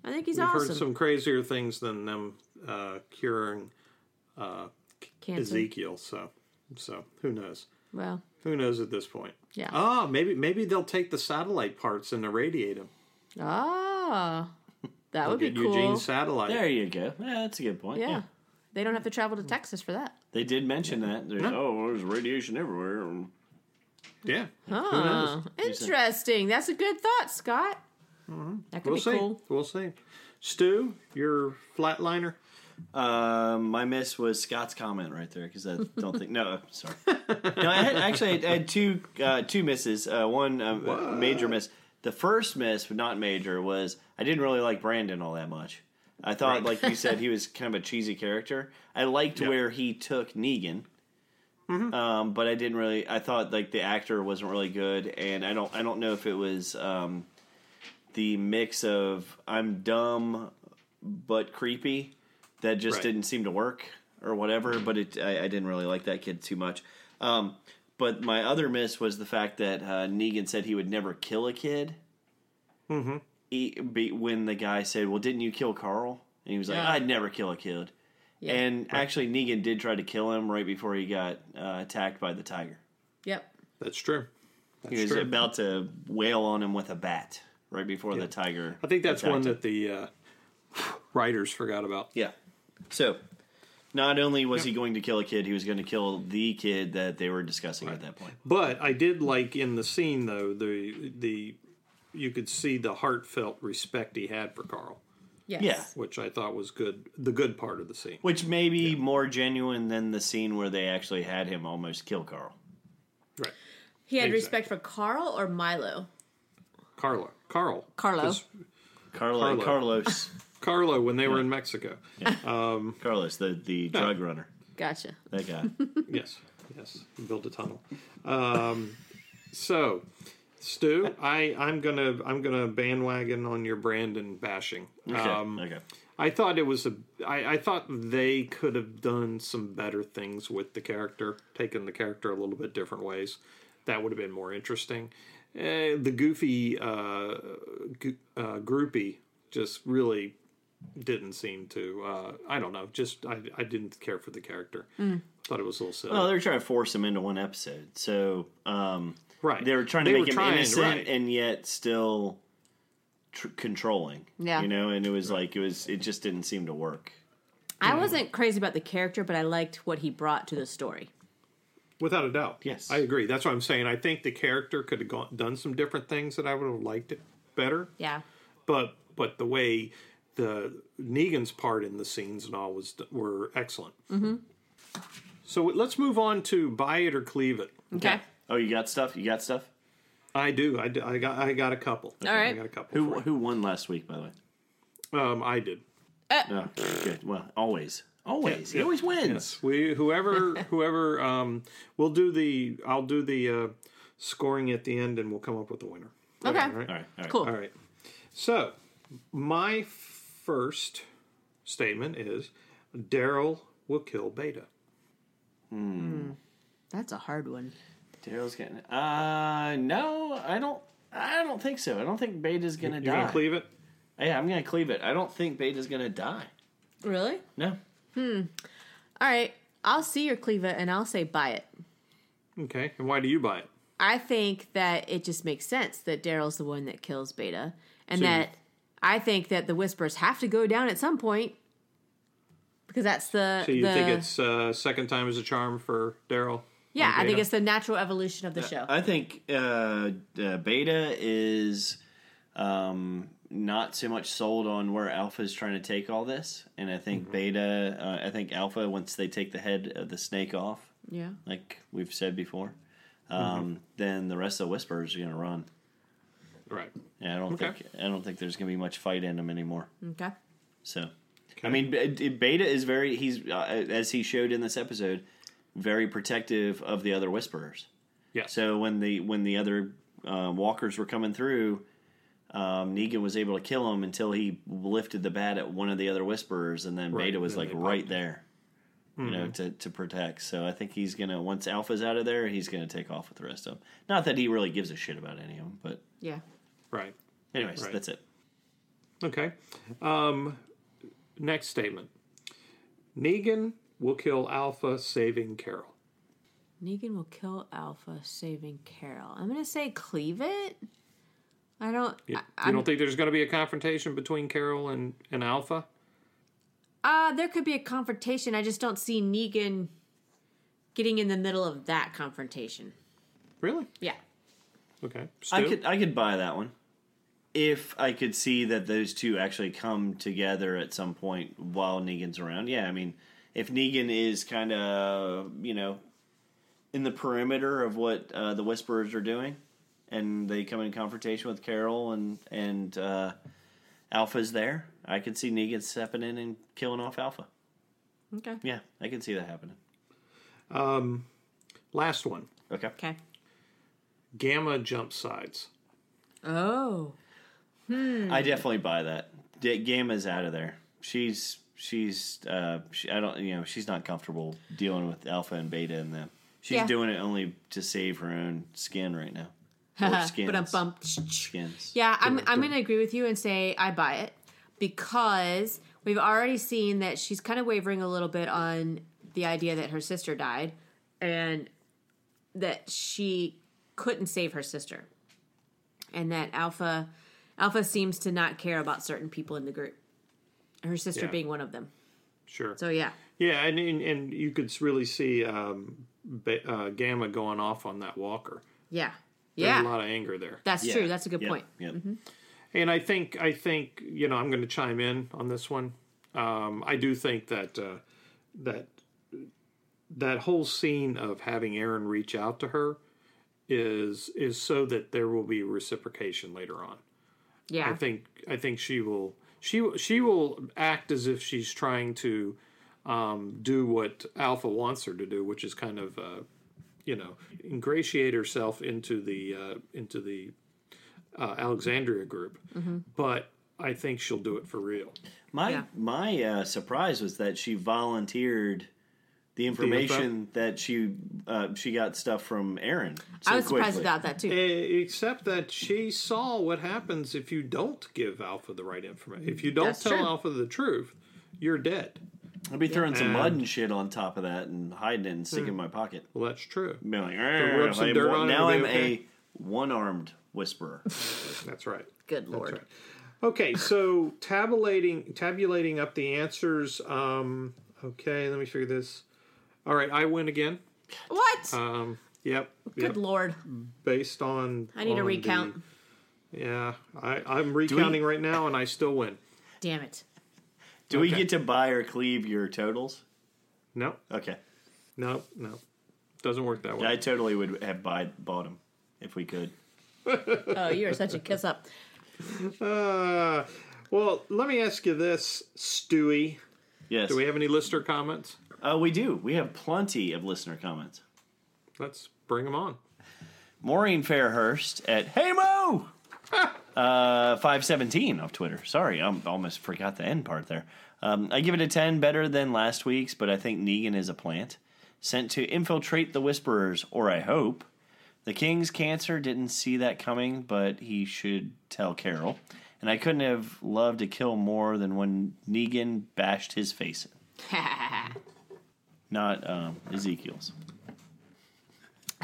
Speaker 3: I think he's
Speaker 4: We've
Speaker 3: awesome.
Speaker 4: heard some crazier things than them uh, curing
Speaker 3: cancer.
Speaker 4: Ezekiel. So, so who knows?
Speaker 3: Well,
Speaker 4: Who knows at this point?
Speaker 3: yeah.
Speaker 4: Ah, maybe maybe they'll take the satellite parts and irradiate them.
Speaker 3: Ah, that would be cool.
Speaker 4: Eugene's satellite.
Speaker 5: There you go. Yeah, that's a good point.
Speaker 3: yeah. They don't have to travel to Texas for that.
Speaker 5: they did mention that. There's, Oh, there's radiation everywhere.
Speaker 4: Yeah. Who knows?
Speaker 3: Huh. Ah, Interesting. That's a good thought, Scott. That could
Speaker 4: Mm-hmm. We'll
Speaker 3: be
Speaker 4: see.
Speaker 3: cool.
Speaker 4: We'll see. Stu, your flatliner.
Speaker 5: Um, my miss was Scott's comment right there because I don't think. No, sorry. No, I had actually I had two uh, two misses. Uh, one uh, major miss. The first miss, but not major, was I didn't really like Brandon all that much. I thought, like you said, he was kind of a cheesy character. I liked where he took Negan, um, but I didn't really. I thought like the actor wasn't really good, and I don't. I don't know if it was um, the mix of I'm dumb but creepy that just
Speaker 4: Right.
Speaker 5: didn't seem to work or whatever. But it, I, I didn't really like that kid too much. Um, but my other miss was the fact that uh, Negan said he would never kill a kid.
Speaker 4: Mm-hmm.
Speaker 5: He, be, when the guy said, "Well, didn't you kill Carl?" and he was like,
Speaker 3: Yeah.
Speaker 5: "I'd never kill a kid."
Speaker 3: Yeah.
Speaker 5: And actually, Negan did try to kill him right before he got uh, attacked by the tiger.
Speaker 3: Yep.
Speaker 4: That's true. That's
Speaker 5: he was
Speaker 4: true.
Speaker 5: about to wail on him with a bat right before the tiger.
Speaker 4: I think that's
Speaker 5: attacked
Speaker 4: one
Speaker 5: him.
Speaker 4: that the uh, writers forgot about.
Speaker 5: Yeah. So, not only was he going to kill a kid, he was going to kill the kid that they were discussing at that point.
Speaker 4: But I did like in the scene though the the you could see the heartfelt respect he had for Carl,
Speaker 3: Yes.
Speaker 5: Yeah.
Speaker 4: which I thought was good. The good part of the scene.
Speaker 5: Which may be more genuine than the scene where they actually had him almost kill Carl.
Speaker 4: Right,
Speaker 3: He had
Speaker 4: Exactly.
Speaker 3: respect for Carl or Milo?
Speaker 4: Carla, Carl,
Speaker 3: Carlo.
Speaker 4: 'Cause
Speaker 5: Carlo,
Speaker 4: Carlo.
Speaker 5: Carlos,
Speaker 4: Carlo when they were in Mexico.
Speaker 5: Carlos, the the drug runner.
Speaker 3: Gotcha.
Speaker 5: That guy.
Speaker 4: Yes, yes. Build a tunnel. Um, so, Stu, I, I'm gonna I'm gonna bandwagon on your Brandon bashing.
Speaker 5: Okay.
Speaker 4: Um,
Speaker 5: okay.
Speaker 4: I thought it was a. I, I thought they could have done some better things with the character, taken the character a little bit different ways. That would have been more interesting. Eh, the goofy uh, gu- uh, groupie just really didn't seem to. Uh, I don't know. Just I, I didn't care for the character. Thought it was a little silly.
Speaker 5: Well, they were trying to force him into one episode. So um,
Speaker 4: right.
Speaker 5: they were trying to
Speaker 4: They
Speaker 5: make
Speaker 4: were
Speaker 5: him
Speaker 4: trying,
Speaker 5: innocent
Speaker 4: right.
Speaker 5: and yet still tr- controlling.
Speaker 3: Yeah.
Speaker 5: You know, and it was like it was. It just didn't seem to work.
Speaker 3: I wasn't crazy about the character, but I liked what he brought to the story.
Speaker 4: Without a doubt.
Speaker 5: Yes.
Speaker 4: I agree. That's what I'm saying. I think the character could have gone, done some different things that I would have liked it better.
Speaker 3: Yeah.
Speaker 4: But but the way the Negan's part in the scenes and all was were excellent. Mm-hmm. So let's move on to buy it or cleave it.
Speaker 3: Okay.
Speaker 5: Oh, you got stuff. You got stuff.
Speaker 4: I do. I, do- I got I got a couple.
Speaker 3: All right.
Speaker 4: I got a couple.
Speaker 5: Who who won last week? By the way.
Speaker 4: who? Um, I did.
Speaker 5: No. Good. Well, always. Always. he
Speaker 4: yeah,
Speaker 5: always wins.
Speaker 4: We whoever whoever um, we'll do the I'll do the uh, scoring at the end and we'll come up with the winner.
Speaker 3: Okay.
Speaker 4: All right.
Speaker 5: All right. All right.
Speaker 3: Cool.
Speaker 4: All right. So, my first statement is Daryl will kill Beta.
Speaker 3: That's a hard one.
Speaker 5: Daryl's getting. Uh, no, I don't. I don't think so. I don't think Beta's gonna
Speaker 4: You're
Speaker 5: die.
Speaker 4: gonna cleave it?
Speaker 5: Yeah, I'm gonna cleave it. I don't think Beta's gonna die.
Speaker 3: Really?
Speaker 5: No.
Speaker 3: All right. I'll see your cleaver and I'll say buy it.
Speaker 4: Okay. And why do you buy it?
Speaker 3: I think that it just makes sense that Daryl's the one that kills Beta, and
Speaker 4: So you-
Speaker 3: that I think that the Whispers have to go down at some point because that's the.
Speaker 4: So you
Speaker 3: the-
Speaker 4: think it's uh, second time is a charm for Daryl?
Speaker 3: yeah?
Speaker 4: and
Speaker 3: I think
Speaker 4: Beta?
Speaker 3: it's the natural evolution of the show.
Speaker 5: I think uh, uh, Beta is um, not so much sold on where Alpha is trying to take all this, and I think Beta. Uh, I think Alpha once they take the head of the snake off,
Speaker 3: yeah.
Speaker 5: like we've said before, um, then the rest of the Whisperers are gonna run.
Speaker 4: right.
Speaker 5: And I don't
Speaker 4: Okay.
Speaker 5: think I don't think there's gonna be much fight in them anymore.
Speaker 3: Okay.
Speaker 5: So, I mean, B- B- Beta is very he's uh, as he showed in this episode, very protective of the other Whisperers.
Speaker 4: Yeah.
Speaker 5: So when the when the other uh, walkers were coming through, um, Negan was able to kill him until he lifted the bat at one of the other Whisperers, and then
Speaker 4: Right,
Speaker 5: Beta was
Speaker 4: then
Speaker 5: like
Speaker 4: they
Speaker 5: right
Speaker 4: popped. Mm-hmm.
Speaker 5: there, you know, to to protect. So I think he's gonna once Alpha's out of there, he's gonna take off with the rest of them. Not that he really gives a shit about any of them, but
Speaker 3: Yeah.
Speaker 4: right.
Speaker 5: anyways,
Speaker 4: Right.
Speaker 5: that's it.
Speaker 4: Okay. Um, next statement Negan will kill Alpha, saving Carol.
Speaker 3: Negan will kill Alpha, saving Carol. I'm gonna say cleave it. I don't.
Speaker 4: You,
Speaker 3: I,
Speaker 4: you
Speaker 3: I'm-
Speaker 4: don't think there's going to be a confrontation between Carol and, and Alpha?
Speaker 3: Uh, there could be a confrontation. I just don't see Negan getting in the middle of that confrontation.
Speaker 4: Really?
Speaker 3: Yeah.
Speaker 4: Okay.
Speaker 5: I
Speaker 4: Stu?
Speaker 5: could I could buy that one. If I could see that those two actually come together at some point while Negan's around. Yeah, I mean, if Negan is kind of, you know, in the perimeter of what uh, the Whisperers are doing and they come in confrontation with Carol and and uh, Alpha's there, I could see Negan stepping in and killing off Alpha.
Speaker 3: Okay.
Speaker 5: Yeah, I can see that happening.
Speaker 4: Last one
Speaker 5: Okay.
Speaker 3: Okay.
Speaker 4: Gamma jump sides.
Speaker 3: Oh.
Speaker 5: I definitely buy that. D- Gamma's out of there. She's she's uh she, I don't you know she's not comfortable dealing with Alpha and Beta and them. She's
Speaker 3: Yeah.
Speaker 5: doing it only to save her own skin right now. Or skins.
Speaker 3: But a bump.
Speaker 5: Skins.
Speaker 3: Yeah, I'm I'm going to agree with you and say I buy it because we've already seen that she's kind of wavering a little bit on the idea that her sister died and that she couldn't save her sister. And that Alpha Alpha seems to not care about certain people in the group. Her sister
Speaker 4: Yeah.
Speaker 3: being one of them.
Speaker 4: Sure.
Speaker 3: So yeah.
Speaker 4: Yeah, and and, and you could really see um, ba- uh, Gamma going off on that Walker.
Speaker 3: Yeah.
Speaker 4: There's a
Speaker 3: Yeah.
Speaker 4: lot of anger there,
Speaker 3: That's
Speaker 5: Yeah.
Speaker 3: true. That's a good
Speaker 5: Yep,
Speaker 3: point. Mm-hmm.
Speaker 5: Yep.
Speaker 4: and I think I think you know I'm going to chime in on this one. Um, I do think that uh, that that whole scene of having Aaron reach out to her is is so that there will be reciprocation later on.
Speaker 3: Yeah.
Speaker 4: I think I think she will she she will act as if she's trying to um, do what Alpha wants her to do, which is kind of, uh, you know, ingratiate herself into the uh, into the uh, Alexandria group.
Speaker 3: Mm-hmm.
Speaker 4: But I think she'll do it for real.
Speaker 5: My
Speaker 3: Yeah.
Speaker 5: my uh, surprise was that she volunteered the information that she uh, she got stuff from Aaron. so
Speaker 3: I was surprised
Speaker 5: quickly.
Speaker 3: about that too.
Speaker 4: Eh, Except that she saw what happens if you don't give Alpha the right information. If you don't
Speaker 3: That's
Speaker 4: tell
Speaker 3: true.
Speaker 4: Alpha the truth, you're dead.
Speaker 5: I'd be throwing some
Speaker 4: And-
Speaker 5: mud and shit on top of that and hiding it and sticking
Speaker 3: Hmm.
Speaker 5: it in my pocket.
Speaker 4: Well, that's true.
Speaker 5: Be like,
Speaker 4: rub some
Speaker 5: "Arr, I'm
Speaker 4: dirt
Speaker 5: one-
Speaker 4: on it,
Speaker 5: now I'm
Speaker 4: it'll be okay."
Speaker 5: a one armed whisperer.
Speaker 4: That's right.
Speaker 3: Good
Speaker 4: That's
Speaker 3: lord.
Speaker 4: right. Okay, so tabulating tabulating up the answers. Um, okay, let me figure this. All right, I win again.
Speaker 3: What?
Speaker 4: Um, yep.
Speaker 3: Good
Speaker 4: yep.
Speaker 3: lord.
Speaker 4: Based on
Speaker 3: I need a
Speaker 4: on the-
Speaker 3: recount.
Speaker 4: yeah, I, I'm recounting right now, and I still win.
Speaker 3: Damn it.
Speaker 5: Do we
Speaker 4: Okay.
Speaker 5: get to buy or cleave your totals?
Speaker 4: No,
Speaker 5: Okay,
Speaker 4: no, no. Doesn't work that way.
Speaker 5: I totally would have buy, bought them if we could.
Speaker 3: Oh, you are such a kiss up.
Speaker 4: Uh, well, let me ask you this, Stewie.
Speaker 5: Yes,
Speaker 4: Do we have any listener comments?
Speaker 5: uh, we do. We have plenty of listener comments.
Speaker 4: Let's bring them on.
Speaker 5: Maureen Fairhurst at Hey Mo! uh, 517 off Twitter. Sorry, I almost forgot the end part there. Um, I give it a 10, better than last week's, but I think Negan is a plant. Sent to infiltrate the Whisperers, or I hope. The King's cancer didn't see that coming, but he should tell Carol. And I couldn't have loved to kill more than when Negan bashed his face in. Not um, Ezekiel's.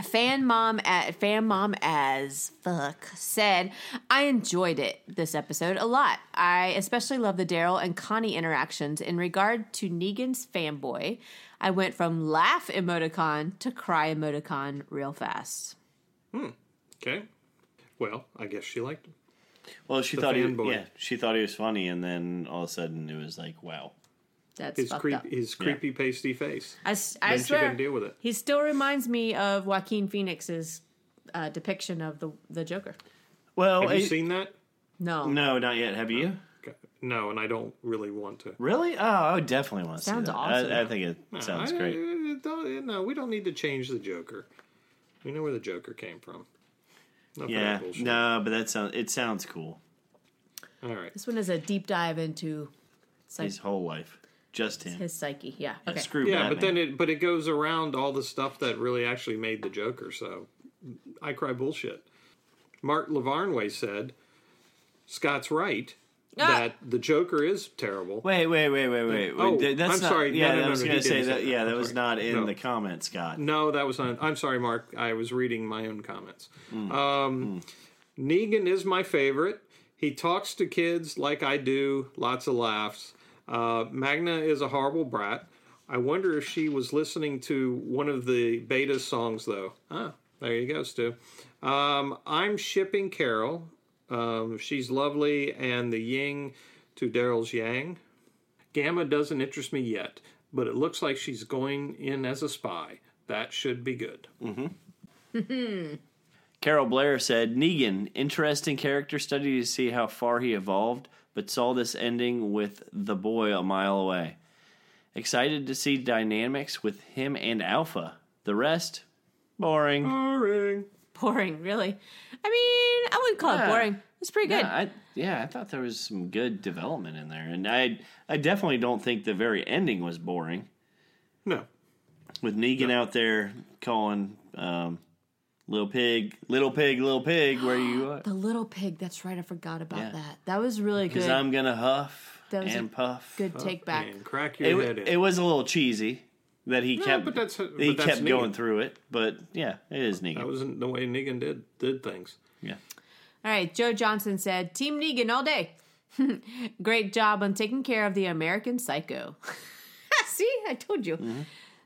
Speaker 3: fan mom at fan mom as fuck said i enjoyed it this episode a lot i especially love the daryl and connie interactions in regard to negan's fanboy i went from laugh emoticon to cry emoticon real fast
Speaker 4: Okay. Well, I guess she liked them.
Speaker 5: Well, she
Speaker 4: The
Speaker 5: thought he,
Speaker 4: fanboy.
Speaker 5: yeah, she thought he was funny, and then all of a sudden it was like, wow.
Speaker 3: that's
Speaker 4: his
Speaker 3: fucked up.
Speaker 4: creep, his creepy pasty face.
Speaker 3: i, s- I
Speaker 4: then she
Speaker 3: swear
Speaker 4: couldn't deal with it.
Speaker 3: he still reminds me of joaquin phoenix's uh, depiction of the the joker
Speaker 5: Well,
Speaker 4: Have you
Speaker 5: it-
Speaker 4: seen that?
Speaker 3: no,
Speaker 5: no, not yet. Have you?
Speaker 4: Okay. No, and I don't really want to.
Speaker 5: Really? Oh, I would definitely want to
Speaker 3: Sounds
Speaker 5: see that.
Speaker 3: awesome.
Speaker 5: I, I think it sounds
Speaker 4: I-
Speaker 5: great.
Speaker 4: I don't- no, we don't need to change the Joker. We know where the Joker came from. Enough of
Speaker 5: Yeah.
Speaker 4: that bullshit.
Speaker 5: No, but that sounds it sounds cool.
Speaker 4: All right.
Speaker 3: this one is a deep dive into psych-
Speaker 5: His whole life, just him.
Speaker 3: his psyche yeah okay
Speaker 5: Screw
Speaker 4: Yeah,
Speaker 5: Batman.
Speaker 4: but then it but it goes around all the stuff that really actually made the Joker. So I cry bullshit. Mark Lavarnway said Scott's right
Speaker 3: Ah!
Speaker 4: that the Joker is terrible.
Speaker 5: Wait, wait, wait, wait, wait.
Speaker 4: Oh,
Speaker 5: Th-
Speaker 4: I'm
Speaker 5: not,
Speaker 4: sorry. No,
Speaker 5: Yeah,
Speaker 4: no,
Speaker 5: I
Speaker 4: no,
Speaker 5: was
Speaker 4: no, he
Speaker 5: gonna say
Speaker 4: didn't say
Speaker 5: that.
Speaker 4: that.
Speaker 5: Yeah,
Speaker 4: I'm
Speaker 5: that was
Speaker 4: sorry.
Speaker 5: not in
Speaker 4: No.
Speaker 5: the comments, Scott.
Speaker 4: No, that was on. I'm sorry, Mark. I was reading my own comments. Um, Negan is my favorite. He talks to kids like I do. Lots of laughs. Uh, Magna is a horrible brat. I wonder if she was listening to one of the beta songs, though. Ah, there you go, Stu. Um, I'm shipping Carol. Um, she's lovely, and the yin to Daryl's yang. Gamma doesn't interest me yet, but it looks like she's going in as a spy. That should be good.
Speaker 5: Carol Blair said, Negan, interesting character study to see how far he evolved, but saw this ending with the boy a mile away. Excited to see dynamics with him and Alpha. The rest, boring.
Speaker 3: Mm,
Speaker 4: Boring.
Speaker 3: boring, really. I mean, I wouldn't call
Speaker 5: Yeah.
Speaker 3: it boring. It's pretty good.
Speaker 5: Yeah, I, yeah, I thought there was some good development in there, and I, I definitely don't think the very ending was boring
Speaker 4: No.
Speaker 5: with Negan out there calling um, little pig, little pig, little pig, where you at?
Speaker 3: the little pig. That's right. I forgot about
Speaker 5: Yeah.
Speaker 3: that. That was really
Speaker 5: Because
Speaker 3: good.
Speaker 5: I'm gonna huff
Speaker 3: That was a
Speaker 5: and puff.
Speaker 3: good take back.
Speaker 4: And crack your
Speaker 5: It,
Speaker 4: head
Speaker 5: w-
Speaker 4: in.
Speaker 5: it was a little cheesy that he kept,
Speaker 4: but that's-
Speaker 5: that
Speaker 4: but
Speaker 5: he
Speaker 4: that's
Speaker 5: kept going
Speaker 4: Negan.
Speaker 5: through it, but yeah, it is
Speaker 4: that
Speaker 5: Negan.
Speaker 4: wasn't the way Negan did did things.
Speaker 5: yeah.
Speaker 3: All right, Joe Johnson said, "Team Negan all day. Great job on taking care of the American psycho." See, I told you.
Speaker 5: Mm-hmm.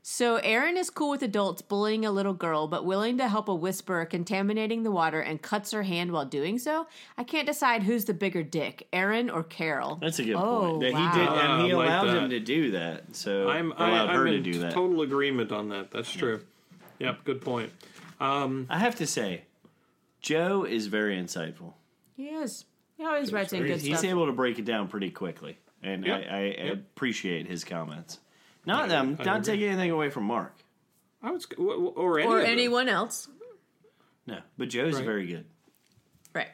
Speaker 3: So Aaron is cool with adults bullying a little girl, but willing to help a whisperer contaminating the water and cuts her hand while doing so. I can't decide who's the bigger dick, Aaron or Carol.
Speaker 5: That's a good
Speaker 3: Oh,
Speaker 5: point. That
Speaker 3: wow.
Speaker 5: he did, and he
Speaker 4: Ah, I like
Speaker 5: allowed
Speaker 4: that.
Speaker 5: him to do that. So
Speaker 4: I'm I,
Speaker 5: allowed her
Speaker 4: I'm
Speaker 5: to
Speaker 4: in
Speaker 5: do that.
Speaker 4: total agreement on that. That's true. Yep, good point.
Speaker 5: I have to say, Joe is very insightful.
Speaker 3: He is. He always writes in good
Speaker 5: He's
Speaker 3: stuff.
Speaker 5: able to break it down pretty quickly, and
Speaker 4: Yep,
Speaker 5: I, I
Speaker 4: yep.
Speaker 5: appreciate his comments. Not I'm
Speaker 4: I
Speaker 5: not
Speaker 4: agree.
Speaker 5: taking anything away from Mark.
Speaker 4: I was or, or, any
Speaker 3: or
Speaker 4: of them.
Speaker 3: anyone else.
Speaker 5: No, but Joe's
Speaker 4: Right.
Speaker 5: very good.
Speaker 3: Right.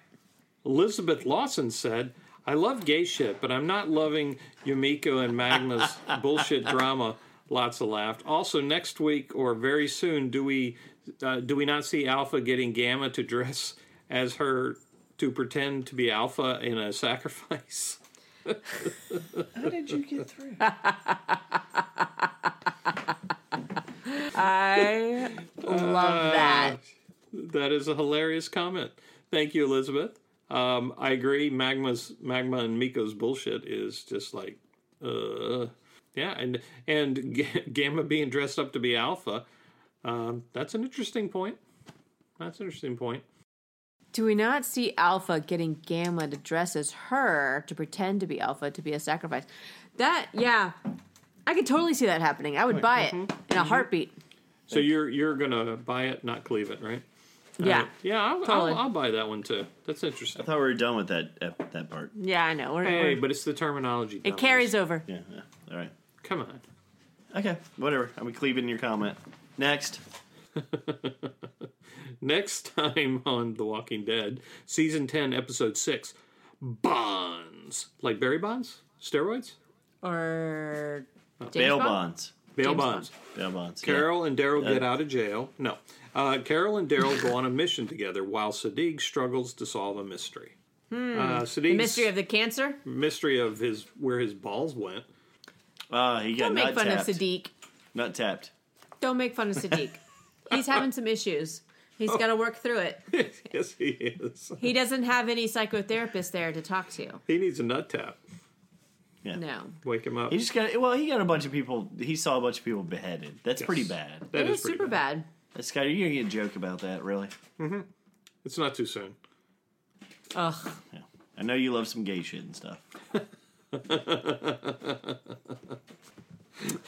Speaker 4: Elizabeth Lawson said, I love gay shit, but I'm not loving Yumiko and Magna's bullshit drama. Lots of laughed. Also, next week or very soon, do we uh, do we not see Alpha getting Gamma to dress as her to pretend to be Alpha in a sacrifice?
Speaker 5: How did you get through?
Speaker 3: I love that.
Speaker 4: That is a hilarious comment. Thank you, Elizabeth. Um, I agree. Magma's magma and Miko's bullshit is just like, uh, yeah, and and G- Gamma being dressed up to be Alpha. Um, that's an interesting point. That's an interesting point.
Speaker 3: Do we not see Alpha getting Gamma to dress as her to pretend to be Alpha to be a sacrifice? That yeah, I could totally see that happening. I would buy it in a heartbeat.
Speaker 4: So you're you're gonna buy it, not cleave it, right?
Speaker 3: Yeah,
Speaker 4: Uh, yeah. I'll,
Speaker 3: Totally.
Speaker 4: I'll, I'll buy that one too. That's
Speaker 5: I
Speaker 4: interesting.
Speaker 5: thought we were done with that ep- that part.
Speaker 3: yeah, I know. We're,
Speaker 4: Hey,
Speaker 3: we're-
Speaker 4: but it's the terminology.
Speaker 3: it carries over.
Speaker 5: Yeah. yeah. All right.
Speaker 4: Come on.
Speaker 5: Okay. Whatever. I'm cleaving your comment. Next.
Speaker 4: Next time on The Walking Dead, season 10, episode 6, bonds. Like Barry Bonds? Steroids?
Speaker 3: Or James
Speaker 5: Bail
Speaker 3: Bond?
Speaker 5: bonds.
Speaker 4: Bail
Speaker 3: James
Speaker 4: bonds.
Speaker 5: Bail bonds. yeah.
Speaker 4: Carol and Daryl get
Speaker 5: Yeah.
Speaker 4: out of jail. No. Uh, Carol and Daryl go on a mission together while Sadiq struggles to solve a mystery. Uh, Sadiq's
Speaker 3: The mystery of the cancer.
Speaker 4: mystery of his where his balls went.
Speaker 5: Ah, he got
Speaker 3: Don't make
Speaker 5: not
Speaker 3: fun
Speaker 5: tapped.
Speaker 3: of Sadiq.
Speaker 5: Not tapped.
Speaker 3: Don't make fun of Sadiq. He's having some issues. He's got to work through it.
Speaker 4: yes, he is.
Speaker 3: He doesn't have any psychotherapist there to talk to.
Speaker 4: He needs a nut tap.
Speaker 5: Yeah.
Speaker 3: No.
Speaker 4: Wake him up.
Speaker 5: He just got well. He got a bunch of people. He saw a bunch of people beheaded. That's pretty
Speaker 4: Yes.
Speaker 5: bad.
Speaker 4: That
Speaker 3: it
Speaker 4: is
Speaker 3: is
Speaker 4: pretty
Speaker 3: super bad.
Speaker 5: That's Scott, you're gonna get a joke about that, really?
Speaker 4: It's not too soon.
Speaker 3: Ugh.
Speaker 5: Yeah. I know you love some gay shit and stuff.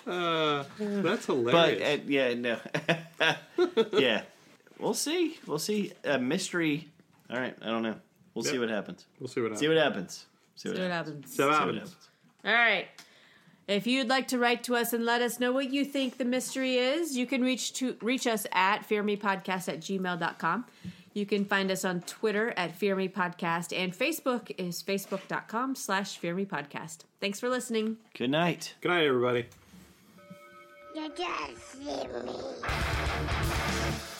Speaker 4: That's
Speaker 5: But
Speaker 4: hilarious.
Speaker 5: uh, yeah, no, yeah, we'll see. We'll see. A mystery. All right, I don't know. We'll see
Speaker 4: Yep.
Speaker 5: what happens.
Speaker 4: we'll see what happens.
Speaker 5: See what happens. See what
Speaker 3: See what
Speaker 5: happens.
Speaker 3: happens.
Speaker 4: See what
Speaker 5: See what
Speaker 4: happens.
Speaker 5: happens.
Speaker 3: All right. If you'd like to write to us and let us know what you think the mystery is, you can reach to reach us at fearmepodcast at gmail.com. You can find us on Twitter at Fear Me Podcast and Facebook is facebook.com slash Fear Me Podcast. Thanks for listening.
Speaker 5: Good night.
Speaker 4: Good night, everybody.
Speaker 2: You just see me.